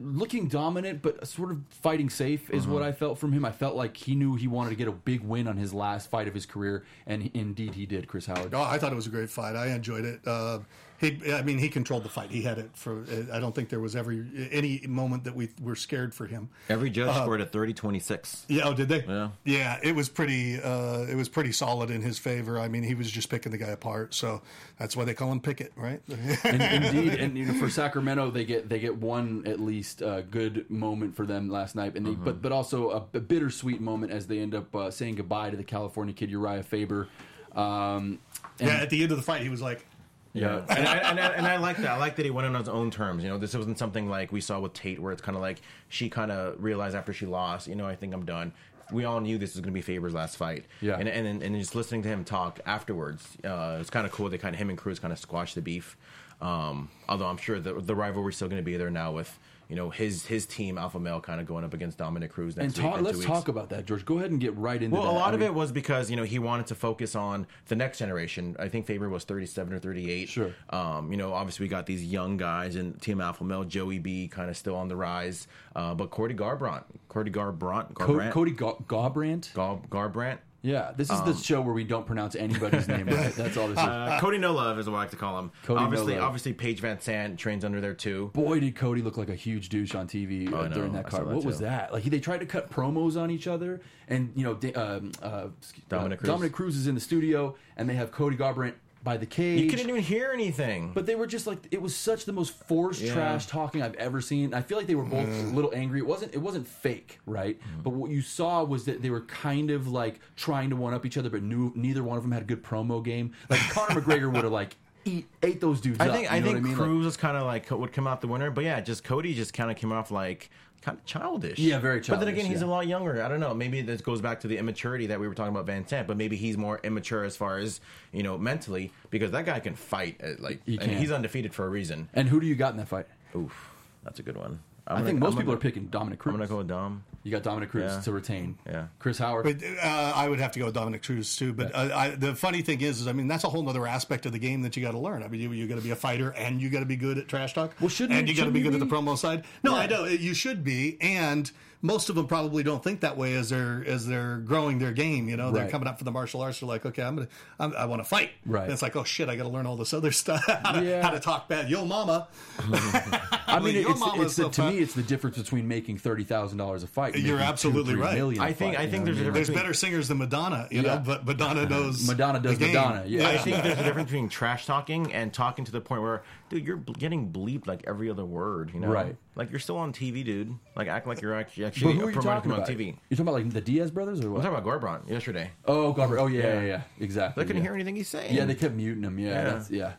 S1: looking dominant, but sort of fighting safe, is
S4: Mm-hmm.
S1: what I felt from him. I felt like he knew he wanted to get a big win on his last fight of his career, and he- indeed he did, Chris Howard.
S3: Oh, I thought it was a great fight. I enjoyed it. Uh, he, I mean, he controlled the fight. He had it for. uh, I don't think there was ever any moment that we were scared for him.
S4: Every judge scored a 30 26.
S3: Yeah, oh, did they?
S4: Yeah.
S3: yeah. It was pretty. Uh, it was pretty solid in his favor. I mean, he was just picking the guy apart. So that's why they call him Pickett, right?
S1: And indeed, and you know, for Sacramento, they get they get one at least uh, good moment for them last night, and they,
S4: Mm-hmm.
S1: but but also a, b- bittersweet moment as they end up uh, saying goodbye to the California kid Uriah Faber. Um,
S3: yeah. At the end of the fight, he was like,
S4: Yeah, and, I, and, I, and I like that. I like that he went on his own terms. You know, this wasn't something like we saw with Tate, where it's kind of like she kind of realized after she lost, you know, I think I'm done. We all knew this was going to be Faber's last fight.
S1: Yeah.
S4: and and and just listening to him talk afterwards, uh, it's kind of cool. They kind of him and Cruz kind of squashed the beef. Um, although I'm sure the the rivalry's still going to be there now with you know his his team Alpha Male kind of going up against Dominic Cruz
S1: And
S4: next week.
S1: talk,
S4: in two
S1: let's
S4: weeks.
S1: talk about that, George. Go ahead and get right into
S4: Well,
S1: that.
S4: a lot
S1: I
S4: of
S1: mean,
S4: it was because you know he wanted to focus on the next generation. I think Faber was thirty-seven or thirty-eight.
S1: Sure.
S4: Um, you know, obviously we got these young guys and Team Alpha Male, Joey B, kind of still on the rise. Uh, but Cody Garbrandt, Cody Garbrandt,
S1: Co-
S4: Garbrandt,
S1: Cody Ga- Garbrandt.
S4: Gar- Garbrandt.
S1: Yeah, this is the show where we don't pronounce anybody's name right. That's all this is.
S4: Um. Uh, Cody No Love is what I like to call him.
S1: Cody No
S4: obviously,
S1: Love.
S4: obviously Paige Van Sant trains under there too.
S1: Boy, did Cody look like a huge douche on TV uh,
S4: Oh, I know.
S1: during that
S4: I saw
S1: card.
S4: that
S1: what was
S4: too.
S1: that? Like he- they tried to cut promos on each other, and you know, da- um, uh, excuse-
S4: Dominic
S1: uh,
S4: Cruz.
S1: Dominic Cruz is in the studio, and they have Cody Garbrandt by the cage.
S4: You couldn't even hear anything.
S1: But they were just like it was such the most forced
S4: Yeah. Mm.
S1: trash talking I've ever seen. I feel like they were both a little angry. It wasn't it wasn't fake, right? But what you saw was that they were kind of like trying to one up each other, but knew, neither one of them had a good promo game. Like Conor McGregor would have like eat, ate those dudes
S4: I
S1: up.
S4: think
S1: you
S4: I
S1: know
S4: think
S1: what I mean? Like,
S4: Cruz was kind of like would come out the winner, but yeah, just Cody just kind of came off like kind of childish.
S1: Yeah, very
S4: But then
S1: childish,
S4: again, he's
S1: yeah.
S4: a lot younger. I don't know. Maybe this goes back to the immaturity that we were talking about Van Sant, but maybe he's more immature as far as you know mentally because that guy can fight. uh, Like
S1: He
S4: and
S1: can.
S4: he's undefeated for a reason.
S1: and who do you got in that fight?
S4: Oof, that's a good one. I'm
S1: I
S4: gonna-
S1: think most
S4: I'm
S1: people
S4: gonna-
S1: are picking Dominic Cruz.
S4: I'm gonna go with Dom.
S1: You got Dominic Cruz
S4: Yeah.
S1: to retain.
S4: Yeah.
S1: Chris Howard.
S3: But uh, I would have to go with Dominic Cruz too. But uh, I, the funny thing is, is I mean, that's a whole other aspect of the game that you got to learn. I mean, you, you got to be a fighter and you got to be good at trash talk.
S1: Well, shouldn't
S3: and
S1: you-
S3: you got to be good
S1: shouldn't
S3: at the
S1: you be?
S3: promo side. No, I
S1: Yeah.
S3: know you should be. And most of them probably don't think that way as they're as they're growing their game. You know, they're
S1: Right.
S3: coming up for the martial arts. They're like, okay, I'm gonna, I'm, I want to fight.
S1: Right.
S3: And it's like, oh shit, I got to learn all this other stuff. how, to,
S1: Yeah.
S3: how to talk bad, yo mama.
S1: I mean,
S3: Your
S1: it's,
S3: mama's
S1: it's the,
S3: so
S1: to
S3: fat.
S1: me, it's the difference between making thirty thousand dollars a fight. and
S3: You're
S1: making
S3: absolutely
S1: two, three
S3: right.
S1: million a
S4: I think-
S1: fight,
S4: I
S1: you
S4: think
S1: know
S4: there's
S1: what I mean?
S4: a
S3: There's better singers than Madonna, you
S1: Yeah.
S3: know, but Madonna knows
S1: Madonna does
S3: the game.
S1: Madonna, yeah.
S4: I think there's a difference between trash talking and talking to the point where, dude, you're bl- getting bleeped like every other word, you know?
S1: Right.
S4: Like you're still on TV, dude. Like act like you're actually
S1: But
S4: actually
S1: who are you
S4: promoting
S1: talking
S4: him
S1: about?
S4: on TV.
S1: You're talking about like the Diaz brothers or
S4: I'm
S1: what?
S4: talking about Gorbrandt yesterday.
S1: Oh, God. Oh, yeah, yeah,
S4: Yeah.
S1: yeah. Exactly.
S4: They couldn't
S1: Oh, yeah.
S4: hear anything he's saying.
S1: Yeah, they kept muting him. Yeah,
S4: Yeah.
S1: that's yeah,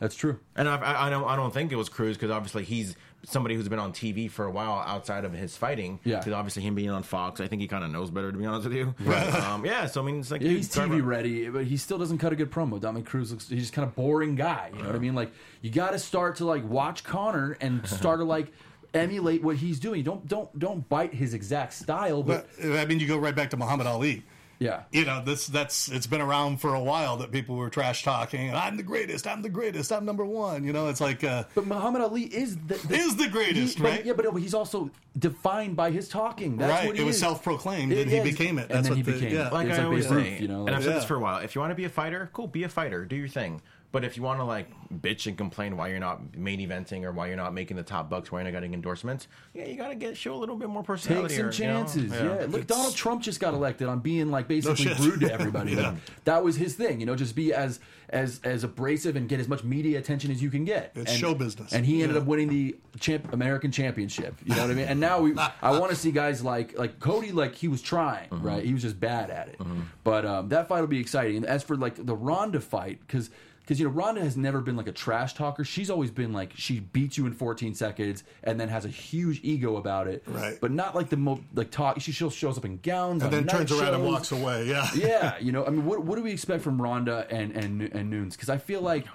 S1: that's true.
S4: and I, I, I don't, I don't think it was Cruz because obviously he's somebody who's been on TV for a while outside of his fighting.
S1: Yeah.
S4: because obviously him being on Fox, I think he kind of knows better to be honest with you. Um, yeah, so I mean, it's like
S1: Yeah, he's
S4: dude,
S1: TV
S4: Gorbrandt-
S1: ready, but he still doesn't cut a good promo. Dominic Cruz looks—he's just kind of boring guy. You know what I mean? Like you got to start to like watch Connor and start to like emulate what he's doing. Don't don't don't bite his exact style, but
S3: But I mean, you go right back to Muhammad Ali.
S1: yeah,
S3: You know, this that's it's been around for a while that people were trash talking. I'm the greatest. I'm the greatest. I'm number one. You know, it's like uh,
S1: But Muhammad Ali is the, the
S3: Is the greatest,
S1: he-
S3: right?
S1: But, yeah, but he's also defined by his talking. That's
S3: right.
S1: What
S3: It was self proclaimed, and he became it.
S1: and
S3: That's
S1: then
S3: what
S1: he
S3: the,
S1: became.
S3: yeah.
S1: it.
S4: like
S1: It's
S4: I always
S1: Babe Ruth,
S4: say,
S1: you know.
S4: and
S1: like-
S4: I've said this
S3: Yeah.
S4: for a while. If you want to be a fighter, cool, be a fighter, do your thing. But if you want to like bitch and complain why you're not main eventing or why you're not making the top bucks, why you're not getting endorsements, yeah, you gotta get show a little bit more
S1: Take
S4: personality.
S1: some
S4: or, you know,
S1: chances, yeah. Look, Donald Trump just got elected on being like basically
S3: shit.
S1: rude to everybody.
S3: Yeah.
S1: Like, that was his thing, you know, just be as as as abrasive and get as much media attention as you can get.
S3: It's
S1: And-
S3: show business.
S1: And he ended up winning the champ, American Championship. You know what I mean? And now we, I want to see guys like like Cody, like he was trying, right? He was just bad at it. But um, that fight will be exciting. And as for like the Ronda fight, because. Because you know Ronda has never been like a trash talker. She's always been like she beats you in 14 seconds and then has a huge ego about it.
S3: Right.
S1: But not like the mo- like talk. She still shows up in gowns
S3: And
S1: on
S3: then
S1: night
S3: turns around and
S1: shows.
S3: walks away. Yeah.
S1: Yeah, you know, I mean, what what do we expect from Rhonda and and and Nunes? Because I feel like,
S3: Oh,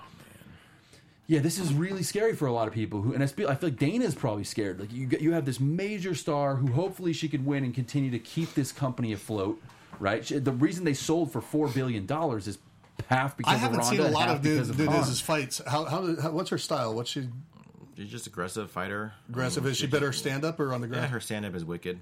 S1: yeah, this is really scary for a lot of people. Who and I feel I feel like Dana's probably scared. Like you get- you have this major star who hopefully she can win and continue to keep this company afloat. Right. She- The reason they sold for four billion dollars is half because
S3: I haven't
S1: of Ronda,
S3: seen a lot of
S1: because
S3: Nunes'
S1: of Khan.
S3: Nunes' fights. How, how, how what's her style? What's she
S4: She's just aggressive fighter.
S3: aggressive? Is she better stand up or on the
S4: Yeah,
S3: ground?
S4: her stand up is wicked.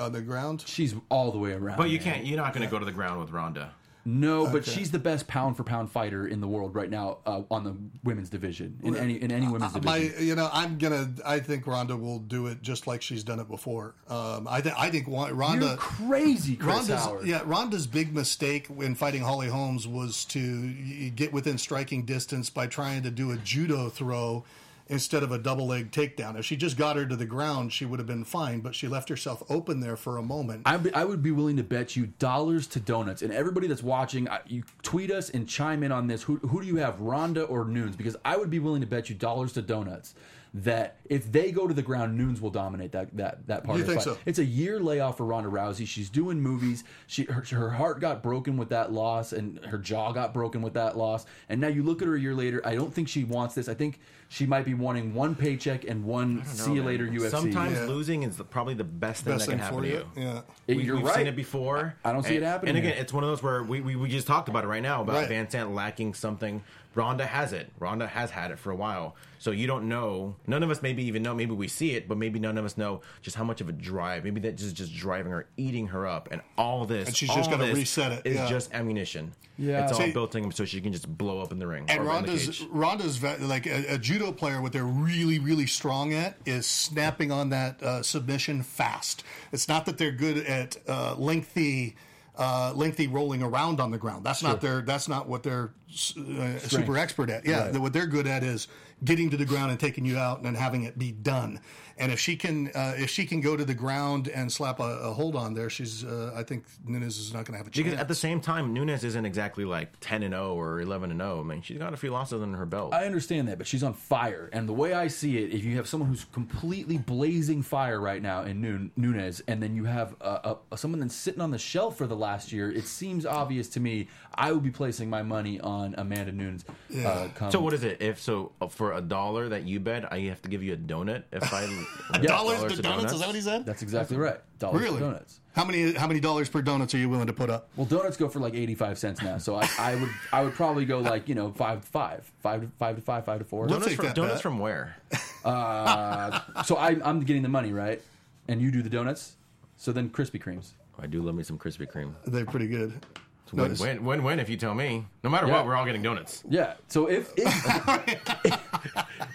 S3: On the ground.
S1: She's all the way around.
S4: But you
S1: man.
S4: can't. You're not gonna go to the ground with Ronda.
S1: No, but she's the best pound for pound fighter in the world right now uh, on the women's division in any in any women's
S3: My,
S1: division.
S3: you know, I'm gonna. I think Ronda will do it just like she's done it before. Um, I think. I think Wa- Ronda.
S1: You're crazy, Chris
S3: Ronda's,
S1: Howard.
S3: yeah, Ronda's big mistake when fighting Holly Holmes was to y- get within striking distance by trying to do a judo throw instead of a double leg takedown. If she just got her to the ground, she would have been fine, but she left herself open there for a moment.
S1: I, I would be willing to bet you dollars to donuts, and everybody that's watching, I, you tweet us and chime in on this. Who, who do you have, Rhonda or Noons? Because I would be willing to bet you dollars to donuts that if they go to the ground, Nunes will dominate that that that part.
S3: You
S1: of the
S3: think
S1: fight.
S3: so?
S1: It's a year layoff for Ronda Rousey. She's doing movies. She her, her heart got broken with that loss, and her jaw got broken with that loss. And now you look at her a year later. I don't think she wants this. I think she might be wanting one paycheck and one
S4: I don't know,
S1: see you
S4: man.
S1: later UFC.
S4: Sometimes
S3: Yeah.
S4: losing is the, probably the best thing
S3: Best
S4: that can
S3: thing
S4: happen
S3: for
S4: to
S3: you.
S4: you.
S3: Yeah.
S1: It-
S4: We,
S1: you're
S4: have
S1: right.
S4: seen it before.
S1: I don't see
S4: And-
S1: it happening
S4: And again,
S1: here.
S4: it's one of those where we, we, we just talked about it right now about
S3: Right.
S4: Van Sant lacking something. Ronda has it. Ronda has had it for a while. So you don't know. None of us maybe even know. Maybe we see it, but maybe none of us know just how much of a drive. Maybe that is just driving her, eating her up, and all this.
S3: And she's
S4: all
S3: just gotta
S4: this
S3: reset it,
S4: Is
S3: yeah.
S4: just ammunition.
S1: Yeah.
S4: it's all
S3: See-
S4: built in so she can just blow up in the ring.
S3: And
S4: or in the
S3: Ronda's
S4: cage.
S3: Ronda's ve- like a, a judo player. What they're really really strong at is snapping on that uh, submission fast. It's not that they're good at uh, lengthy. Uh, lengthy rolling around on the ground. That's not their. That's not what they're s- uh, super expert at. Yeah,
S1: Right.
S3: the- what they're good at is getting to the ground and taking you out and then having it be done. And if she can, uh, if she can go to the ground and slap a, a hold on there, she's. Uh, I think Nunes is not going to have a chance.
S4: Because at the same time, Nunes isn't exactly like ten and zero or eleven and zero. I mean, she's got a few losses under her belt.
S1: I understand that, but she's on fire. And the way I see it, if you have someone who's completely blazing fire right now in Nu- Nunez, and then you have uh, uh, someone that's sitting on the shelf for the last year, it seems obvious to me I would be placing my money on Amanda Nunes. Uh, come-
S4: so what is it? If so, uh, for a dollar that you bet, I have to give you a donut. If I a
S3: dollars,
S4: dollar
S3: to
S4: to
S3: donuts, Is that what he said?
S1: That's exactly right. Dollars for
S3: really?
S1: donuts.
S3: How many? How many dollars per donuts are you willing to put up?
S1: Well, donuts go for like eighty-five cents now, so I, I would I would probably go like you know five to five, five to five to five, five to four.
S3: Let's
S4: donuts
S3: take
S4: from,
S3: that
S4: donuts
S3: bet.
S4: from where? Oh,
S1: So I, I'm getting the money right, and you do the donuts. So then Krispy Kremes.
S4: I do love me some Krispy Kreme.
S3: They're pretty good.
S4: Win,
S3: Notice-
S4: win, win, win. If you tell me, no matter
S1: Yeah.
S4: what, we're all getting donuts.
S1: Yeah. So if if,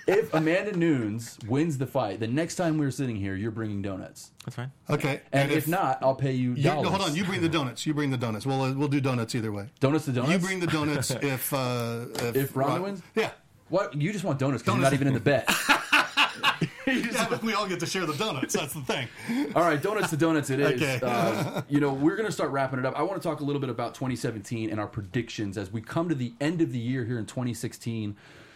S1: if Amanda Nunes wins the fight, the next time we're sitting here, you're bringing donuts.
S4: That's fine.
S3: Okay.
S1: And, if, not, I'll pay you
S3: you,
S1: dollars.
S3: no, hold on. You bring the donuts. You bring the donuts. We'll uh, we'll do donuts either way.
S1: donuts to donuts.
S3: You bring the donuts if uh, if,
S1: If Ronda
S3: Ron-
S1: wins?
S3: Yeah.
S1: what? You just want donuts because you're not even in the bet.
S3: yeah, but we all get to share the donuts. That's the thing.
S1: All right, donuts to donuts it is.
S3: Okay.
S1: Uh, you know, we're going to start wrapping it up. I want to talk a little bit about 2017 and our predictions as we come to the end of the year here in 2016.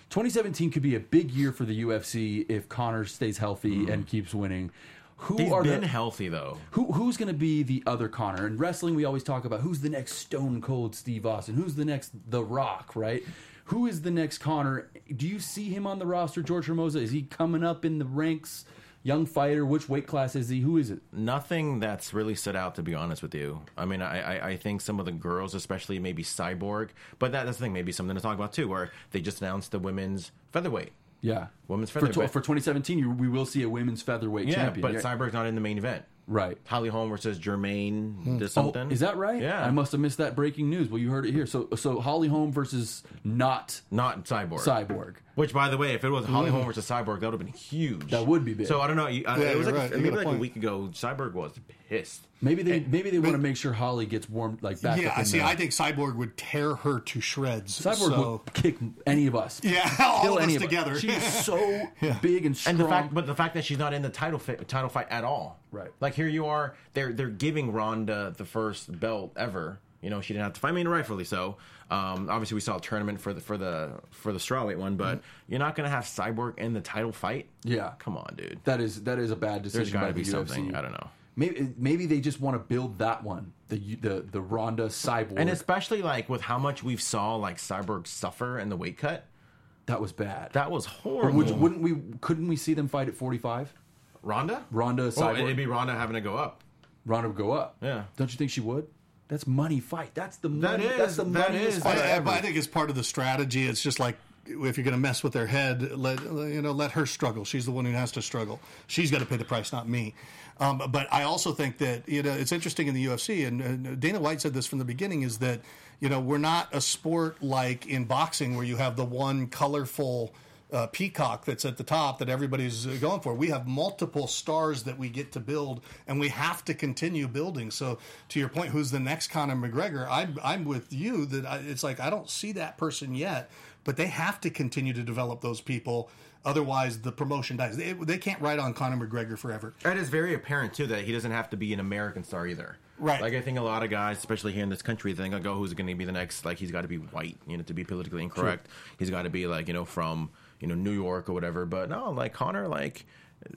S1: 2017 could be a big year for the UFC if Connor stays healthy
S3: Mm-hmm.
S1: and keeps winning. Who
S4: He's
S1: are
S4: been
S1: the,
S4: healthy though.
S1: Who, who's going to be the other Connor? In wrestling, we always talk about who's the next Stone Cold Steve Austin, who's the next The Rock, right? Who is the next Connor? Do you see him on the roster, George Hermosa? Is he coming up in the ranks? Young fighter, which weight class is he? Who is it?
S4: Nothing that's really stood out, to be honest with you. I mean, I, I, I think some of the girls, especially maybe Cyborg, but that, that's the thing, maybe something to talk about too, where they just announced the women's featherweight.
S1: Yeah,
S4: Women's
S1: for,
S4: featherweight.
S1: for 2017. You, we will see a women's featherweight
S4: Yeah,
S1: champion.
S4: but
S1: Yeah.
S4: Cyborg's not in the main event.
S1: right.
S4: Holly Holm versus Jermaine did
S1: Oh,
S4: something.
S1: is that right?
S4: Yeah.
S1: I must have missed that breaking news. Well, you heard it here. So, so Holly Holm versus not
S4: Not Cyborg.
S1: Cyborg.
S4: Which, by the way, if it was Holly Holm versus Cyborg, that would have been huge.
S1: Hmm. That would be big.
S4: So I don't know. You, I,
S3: Yeah,
S4: it was
S3: you're
S4: like, a-
S3: right. You
S4: maybe
S3: got a
S4: like a
S3: point.
S4: week ago. Cyborg was pissed.
S1: Maybe they maybe they want to make sure Holly gets warmed like back.
S3: Yeah.
S1: up in
S3: See,
S1: the-
S3: I think Cyborg would tear her to shreds.
S1: Cyborg
S3: so-
S1: would kick any of us.
S3: Yeah, all
S1: Kill
S3: of us
S1: any
S3: together.
S1: She's so big and strong.
S4: And the fact, but the fact that she's not in the title fi- title fight at all.
S1: Right.
S4: Like here you are. They're they're giving Ronda the first belt ever. You know she didn't have to fight. I mean, rightfully so. Um, obviously, we saw a tournament for the for the for the strawweight one, but
S1: Hmm.
S4: you're not going to have Cyborg in the title fight.
S1: Yeah.
S4: Come on, dude.
S1: that is that is a bad decision.
S4: There's got
S1: by
S4: to be
S1: the UFC.
S4: something. I don't know.
S1: Maybe maybe they just want to build that one. The the the Ronda Cyborg.
S4: And especially like with how much we've saw like Cyborg suffer in the weight cut,
S1: that was bad.
S4: that was horrible.
S1: Would, wouldn't we? Couldn't we see them fight at forty five?
S4: Ronda?
S1: Ronda,
S4: Oh,
S1: Cyborg.
S4: it'd be Ronda having to go up.
S1: Ronda would go up.
S4: Yeah.
S1: Don't you think she would? That's money fight. That's the
S4: That
S1: money.
S4: is-
S1: that's the
S4: that
S1: moneyest
S4: is-
S1: fight
S4: that-
S3: I, I-
S1: ever.
S3: but I think it's part of the strategy. It's just like if you're going to mess with their head, let you know, let her struggle. She's the one who has to struggle. She's got to pay the price, not me. Um, but I also think that you know it's interesting in the UFC, and, and Dana White said this from the beginning: is that you know we're not a sport like in boxing where you have the one colorful uh, peacock that's at the top that everybody's uh, going for. We have multiple stars that we get to build, and we have to continue building. So, to your point, who's the next Conor McGregor? I'm I'm with you that I, it's like I don't see that person yet, but they have to continue to develop those people. Otherwise, the promotion dies. They, they can't ride on Conor McGregor forever.
S4: That is very apparent too that he doesn't have to be an American star either.
S3: Right.
S4: Like I think a lot of guys, especially here in this country, think like, oh, who's going to be the next? Like he's got to be white, you know, to be politically incorrect. He's got to be like you know from you know New York or whatever. But no, like Connor, like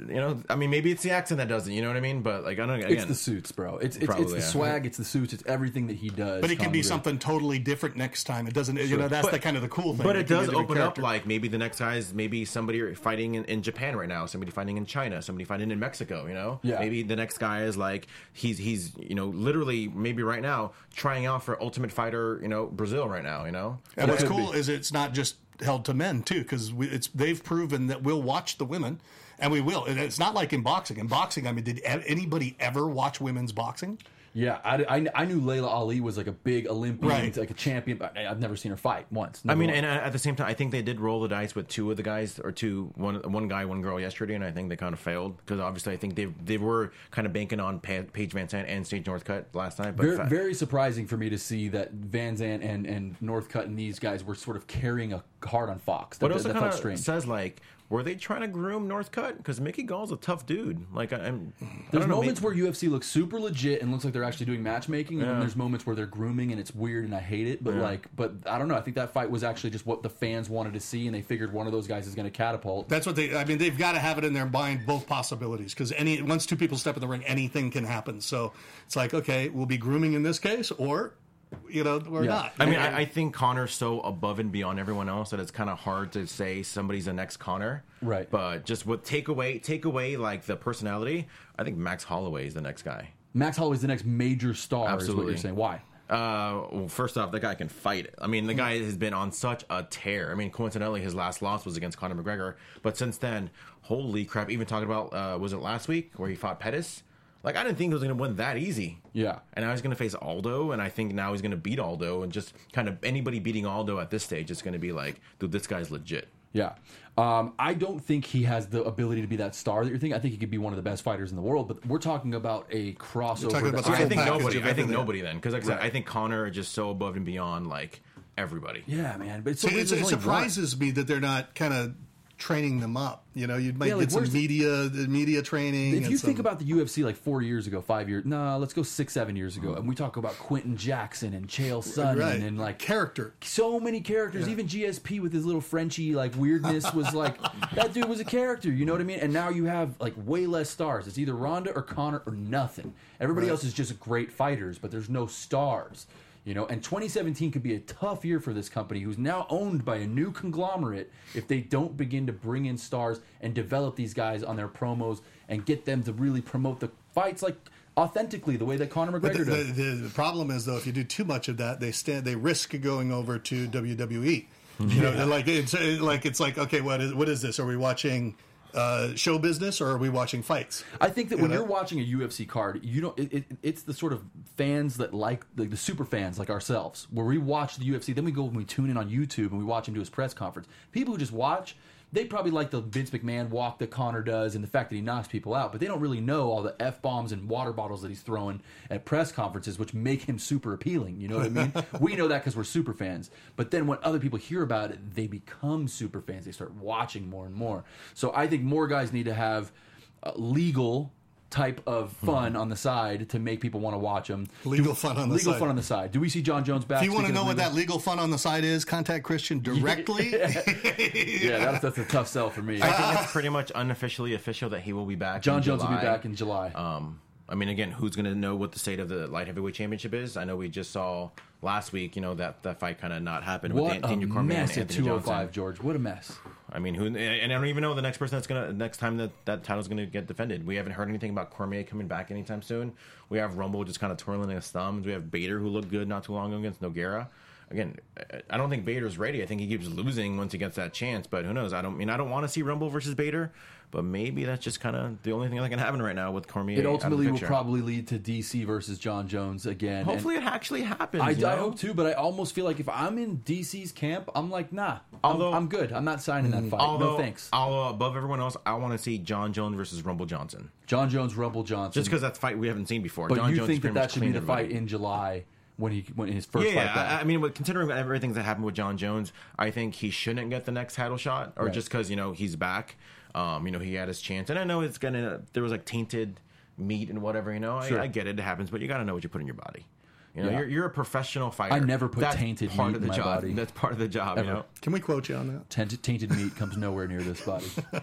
S4: you know, I mean, maybe it's the accent that does it. You know what I mean? But like I don't. Again,
S1: It's the suits, bro. It's it's, it's
S4: Probably,
S1: the
S4: yeah.
S1: swag. It's the suits. It's everything that he does.
S3: But it can
S1: Tom
S3: be
S1: Green.
S3: something totally different next time. It doesn't, you know, that's the kind of the cool thing.
S4: But it
S3: can be a
S4: does
S3: different
S4: open
S3: character.
S4: up like maybe the next guy's maybe somebody fighting in, in Japan right now, somebody fighting in China, somebody fighting in Mexico. You know,
S1: Yeah.
S4: Maybe the next guy is like he's he's you know literally maybe right now trying out for Ultimate Fighter. You know, Brazil right now. You know,
S3: And what's
S1: could
S3: cool
S1: be.
S3: is it's not just held to men too, because it's they've proven that we'll watch the women, and we will. And it's not like in boxing. In boxing, I mean, did a- anybody ever watch women's boxing?
S1: Yeah, I, I, I knew Layla Ali was like a big Olympian,
S3: Right.
S1: like a champion, but I- I've never seen her fight once.
S4: I mean,
S1: Never
S4: and at the same time, I think they did roll the dice with two of the guys, or two, one, one guy, one girl yesterday, and I think they kind of failed because obviously I think they they were kind of banking on Pa- Paige Van Sant and Sage Northcutt last night. But
S1: Very,
S4: fa-
S1: very surprising for me to see that Van Zant and, and Northcutt and these guys were sort of carrying a card on Fox. That,
S4: But it also
S1: that, that
S4: kind
S1: felt
S4: of
S1: strange.
S4: says like, were they trying to groom Northcutt? Because Mickey Gall's a tough dude. Like I, I'm. I
S1: There's
S4: don't know,
S1: moments
S4: maybe-
S1: where UFC looks super legit and looks like they're actually doing matchmaking, and then there's moments where they're grooming and it's weird and I hate it. But like, but I don't know. I think that fight was actually just what the fans wanted to see, and they figured one of those guys is going to catapult.
S3: That's what they. I mean, they've got to have it in their mind both possibilities because any once two people step in the ring, anything can happen. So it's like, okay, we'll be grooming in this case, or you know, we're
S1: Yeah.
S3: not.
S4: I mean, I, I think Connor's so above and beyond everyone else that it's kind of hard to say somebody's the next Connor.
S1: Right.
S4: But just with take away, take away like the personality. I think Max Holloway is the next guy.
S1: Max Holloway's the next major star. Is what
S4: Absolutely.
S1: you're saying? Why?
S4: Uh, well, first off, the guy can fight. I mean, the guy has been on such a tear. I mean, coincidentally, his last loss was against Conor McGregor, but since then, holy crap! Even talking about uh, was it last week where he fought Pettis? Like, I didn't think he was going to win that easy.
S1: Yeah.
S4: And now he's going to face Aldo, and I think now he's going to beat Aldo, and just kind of anybody beating Aldo at this stage is going to be like, dude, this guy's legit.
S1: Yeah. Um, I don't think he has the ability to be that star that you're thinking. I think he could be one of the best fighters in the world, but we're talking about a crossover.
S3: talking
S1: that-
S3: about the
S4: I
S3: full
S4: think
S3: package
S4: nobody.
S3: of
S4: I think
S3: everything.
S4: nobody then, because like I said, I think Connor is just so above and beyond like everybody.
S1: yeah, man. But it's so
S3: See,
S1: weird
S3: it's,
S1: there's
S3: it
S1: only one.
S3: surprises me that they're not kind of training them up. You know, you might
S1: Yeah, like,
S3: get some
S1: where's the-
S3: media the media training.
S1: If
S3: and
S1: you think
S3: some-
S1: about the UFC like four years ago, five years, no, let's go six, seven years ago, and we talk about Quentin Jackson and Chael Sonnen
S3: right
S1: and like
S3: character,
S1: so many characters. Even GSP with his little Frenchie like weirdness was like that dude was a character. You know what I mean? And now you have like way less stars. It's either Ronda or Connor or nothing. Everybody else is just great fighters, but there's no stars. You know, and 2017 could be a tough year for this company, who's now owned by a new conglomerate. If they don't begin to bring in stars and develop these guys on their promos and get them to really promote the fights, like authentically, the way that Conor
S3: But the,
S1: McGregor does.
S3: the, the problem is though, if you do too much of that, they stand they risk going over to WWE. You know, they're like it's uh, like it's like okay, what is what is this? Are we watching uh, show business or are we watching fights?
S1: I think that when
S3: know?
S1: you're watching a UFC card, you don't. It, it, it's the sort of fans that like the, the super fans like ourselves, where we watch the UFC, then we go and we tune in on YouTube and we watch him do his press conference. People who just watch, they probably like the Vince McMahon walk that Connor does and the fact that he knocks people out, but they don't really know all the f bombs and water bottles that he's throwing at press conferences, which make him super appealing. You know what I mean? we know that because we're super fans. But then when other people hear about it, they become super fans. They start watching more and more. So I think more guys need to have uh, legal type of fun on the side to make people want to watch them.
S3: Legal fun on the
S1: legal
S3: side.
S1: fun on the side. Do we see John Jones back?
S3: If you want to
S1: Speaking
S3: know
S1: of
S3: what
S1: legal-
S3: that legal fun on the side is, contact Christian directly.
S1: yeah, that's, that's a tough sell for me.
S4: I think it's pretty much unofficially official that he will be back.
S1: John
S4: in
S1: Jones will be
S4: July.
S1: back in July.
S4: Um, I mean, again, who's going to know what the state of the light heavyweight championship is? I know we just saw last week, you know, that that fight kind of not happened
S1: what
S4: with Antonio
S1: a oh
S4: Cormier and
S1: mess at
S4: Anthony
S1: 205,
S4: Johnson.
S1: George. What a mess.
S4: I mean, who? And I don't even know the next person that's going to next time that that title's going to get defended. We haven't heard anything about Cormier coming back anytime soon. We have Rumble just kind of twirling his thumbs. We have Bader who looked good not too long ago against Noguera. Again, I- I don't think Bader's ready. I think he keeps losing once he gets that chance. But who knows? I don't I mean I don't want to see Rumble versus Bader, but maybe that's just kind of the only thing that can happen right now with Cormier.
S1: It
S4: out of the
S1: ultimately will
S4: picture.
S1: probably lead to DC versus John Jones again. and-
S4: Hopefully, it actually happens.
S1: I,
S4: you know?
S1: I hope too, but I almost feel like if I'm in DC's camp, I'm like, nah. I'm-
S4: Although- Mm,
S1: I'm, good. I'm not signing that fight.
S4: Although,
S1: no thanks.
S4: although above everyone else, I want to see John Jones versus Rumble Johnson,
S1: John Jones, Rumble Johnson.
S4: just because that's a fight we haven't seen before.
S1: Mm. but
S4: John
S1: you
S4: Jones
S1: think that
S4: pretty
S1: that
S4: much
S1: should be
S4: cleaned
S1: the
S4: everybody.
S1: fight in July when he when his first
S4: Yeah,
S1: fight back?
S4: yeah. I, I mean, with, considering everything that happened with John Jones, I think he shouldn't get the next title shot, or
S1: Right.
S4: just because you know he's back. Um, you know, he had his chance, and I know it's gonna. There was like tainted meat and whatever. You know, I, I get it. It happens, but you got to know what you put in your body. You know,
S1: Yeah.
S4: you're, you're a professional fighter.
S1: I never put tainted meat in
S4: the
S1: my
S4: job.
S1: body.
S4: That's part of the job.
S1: Ever.
S4: You know,
S3: Can we quote you on that?
S1: Tainted, tainted meat comes nowhere near this body. Um,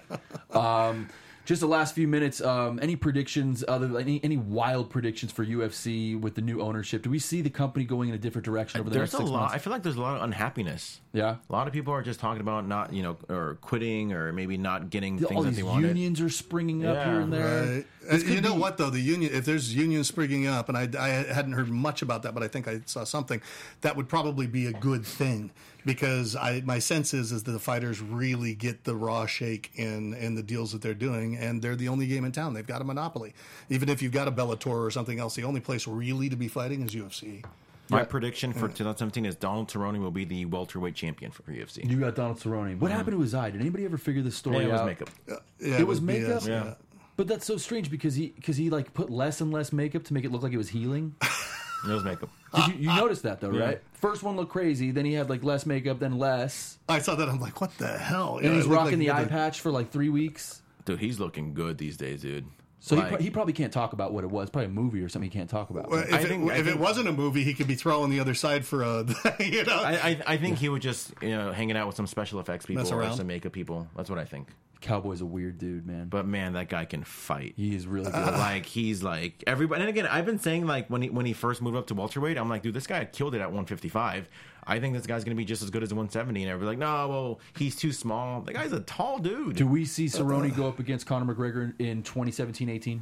S1: just the last few minutes. Um, any predictions? Other any any wild predictions for UFC with the new ownership? Do we see the company going in a different direction over the
S4: there's
S1: next
S4: a
S1: six
S4: lot. I
S1: months?
S4: feel like there's a lot of unhappiness.
S1: Yeah.
S4: A lot of people are just talking about not, you know, or quitting or maybe not getting
S1: All
S4: things that
S1: these
S4: they wanted.
S1: unions are springing up
S4: Yeah,
S1: here and there.
S3: Right. Uh, You know what though, the union. If there's unions springing up, and I, I hadn't heard much about that, but I think I saw something that would probably be a good thing because I my sense is is that the fighters really get the raw shake in in the deals that they're doing, and they're the only game in town. They've got a monopoly. Even if you've got a Bellator or something else, the only place really to be fighting is UFC.
S4: My prediction
S1: Mm.
S4: for 2017 is Donald Cerrone will be the welterweight champion for UFC.
S1: You got Donald Cerrone. What happened to his eye? Did anybody ever figure this story
S4: Yeah, Mm. it was
S1: out?
S4: makeup.
S3: Yeah,
S1: It was
S3: would be
S1: makeup.
S3: us,
S4: Yeah.
S1: But that's so strange because he because he like put less and less makeup to make it look like it was healing.
S4: It was makeup.
S1: Did you, you noticed that though, right? First one looked crazy, then he had like less makeup, then less,
S3: I saw that. I'm like, what the hell?
S1: and
S3: Yeah,
S1: he was
S3: it looked
S1: rocking
S3: like
S1: the
S3: he
S1: eye
S3: did-
S1: patch for like three weeks.
S4: Dude, he's looking good these days, dude.
S1: So he,
S4: Like-
S1: pro- he probably can't talk about what it was. Probably a movie or something he can't talk about.
S3: Well, If,
S4: I
S3: it,
S4: think- I
S3: if it
S4: think-
S3: wasn't a movie, he could be throwing the other side for a, you know.
S4: I, I, I think he was just you know hanging out with some special effects people
S3: Mess
S4: or
S3: around.
S4: some makeup people. That's what I think.
S1: Cowboy's a weird dude, man. But
S4: But man, that guy can fight.
S1: he is really good.
S4: like he's like everybody. And again, I've been saying like when he when he first moved up to welterweight, I'm like, dude, this guy killed it at 155. I think this guy's gonna be just as good as 170. And everybody's like, no, well, he's too small. The guy's a tall dude.
S1: Do we see Cerrone go up against Conor McGregor in 2017-18?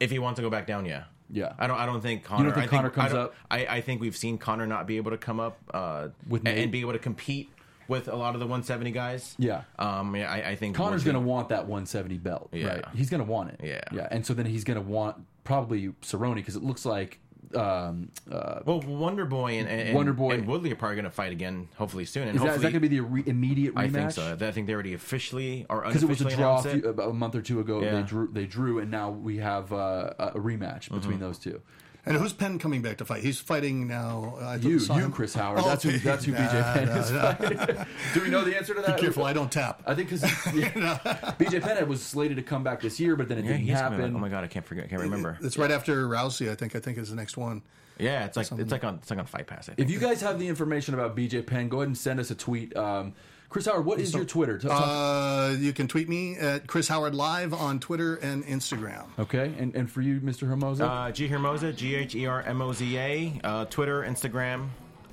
S4: If he wants to go back down, yeah.
S1: Yeah.
S4: I don't. I don't think Connor.
S1: think
S4: I
S1: Conor
S4: I
S1: comes
S4: don't-
S1: up?
S4: I, I think we've seen Connor not be able to come up uh,
S1: With
S4: and,
S1: Nate?
S4: and be able to compete with a lot of the 170 guys.
S1: Yeah.
S4: Um. Yeah. I, I think
S1: Connor's
S4: we'll
S1: going to
S4: see.
S1: want that 170 belt,
S4: Yeah.
S1: right? He's going to want it.
S4: Yeah.
S1: Yeah, and so then he's going to want probably Cerrone because it looks like um, uh,
S4: Well, Wonder Boy and, and and-
S1: Wonderboy.
S4: and Woodley are probably going to fight again, hopefully soon. And
S1: is that,
S4: hopefully,
S1: is that going to be the re- immediate rematch?
S4: I think so. I think they already officially or
S1: because it was a
S4: unofficially
S1: draw a,
S4: announced it.
S1: few, about a month or two ago.
S4: Yeah.
S1: They drew. They drew, and now we have uh, a a rematch between those two.
S3: And who's Penn coming back to fight? He's fighting now. I
S1: You,
S3: saw
S1: you,
S3: him-
S1: Chris Howard.
S3: Oh,
S1: that's who.
S3: okay.
S1: That's who
S3: Nah,
S1: BJ Penn
S3: nah,
S1: is.
S3: nah.
S1: fighting. Do we know the answer to that?
S3: Careful, I don't tap.
S1: I think because BJ Penn was slated to come back this year, but then it
S4: Yeah,
S1: didn't
S4: he's coming back.
S1: happen.
S4: Oh my god, I can't forget. I can't remember.
S3: It's right after Rousey, I think. I think is the next one.
S4: Yeah, it's like it's like on it's like on Fight Pass. I think.
S1: If you guys have the information about BJ Penn, go ahead and send us a tweet. Um, Chris Howard, what is your Twitter? T- talk-
S3: Uh, you can tweet me at Chris Howard Live on Twitter and Instagram.
S1: okay, and, and for you, Mr. Hermosa,
S4: uh, G Hermosa, G H E R M O Z A, uh, Twitter, Instagram.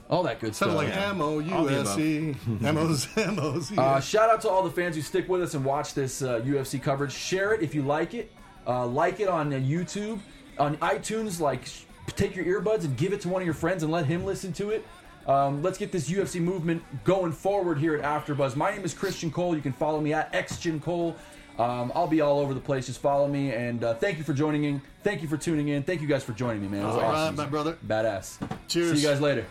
S1: all that good
S3: Sounded
S1: stuff.
S3: like M O U S E M O Z M O Z.
S1: Uh, shout out to all the fans who stick with us and watch this uh, UFC coverage. Share it if you like it. Uh, like it on uh, YouTube, on iTunes. Like, sh- take your earbuds and give it to one of your friends and let him listen to it. Um, let's get this UFC movement going forward here at AfterBuzz. My name is Christian Cole. You can follow me at xjin Cole. Um, I'll be all over the place. Just follow me. And uh, thank you for joining in. Thank you for tuning in. Thank you guys for joining me, man. It was
S3: All right,
S1: awesome.
S3: my brother.
S1: Badass.
S3: Cheers.
S1: See you guys later.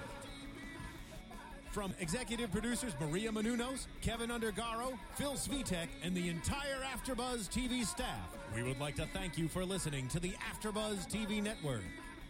S2: From executive producers Maria Menunos, Kevin Undergaro, Phil Svitek, and the entire AfterBuzz TV staff, we would like to thank you for listening to the AfterBuzz TV network.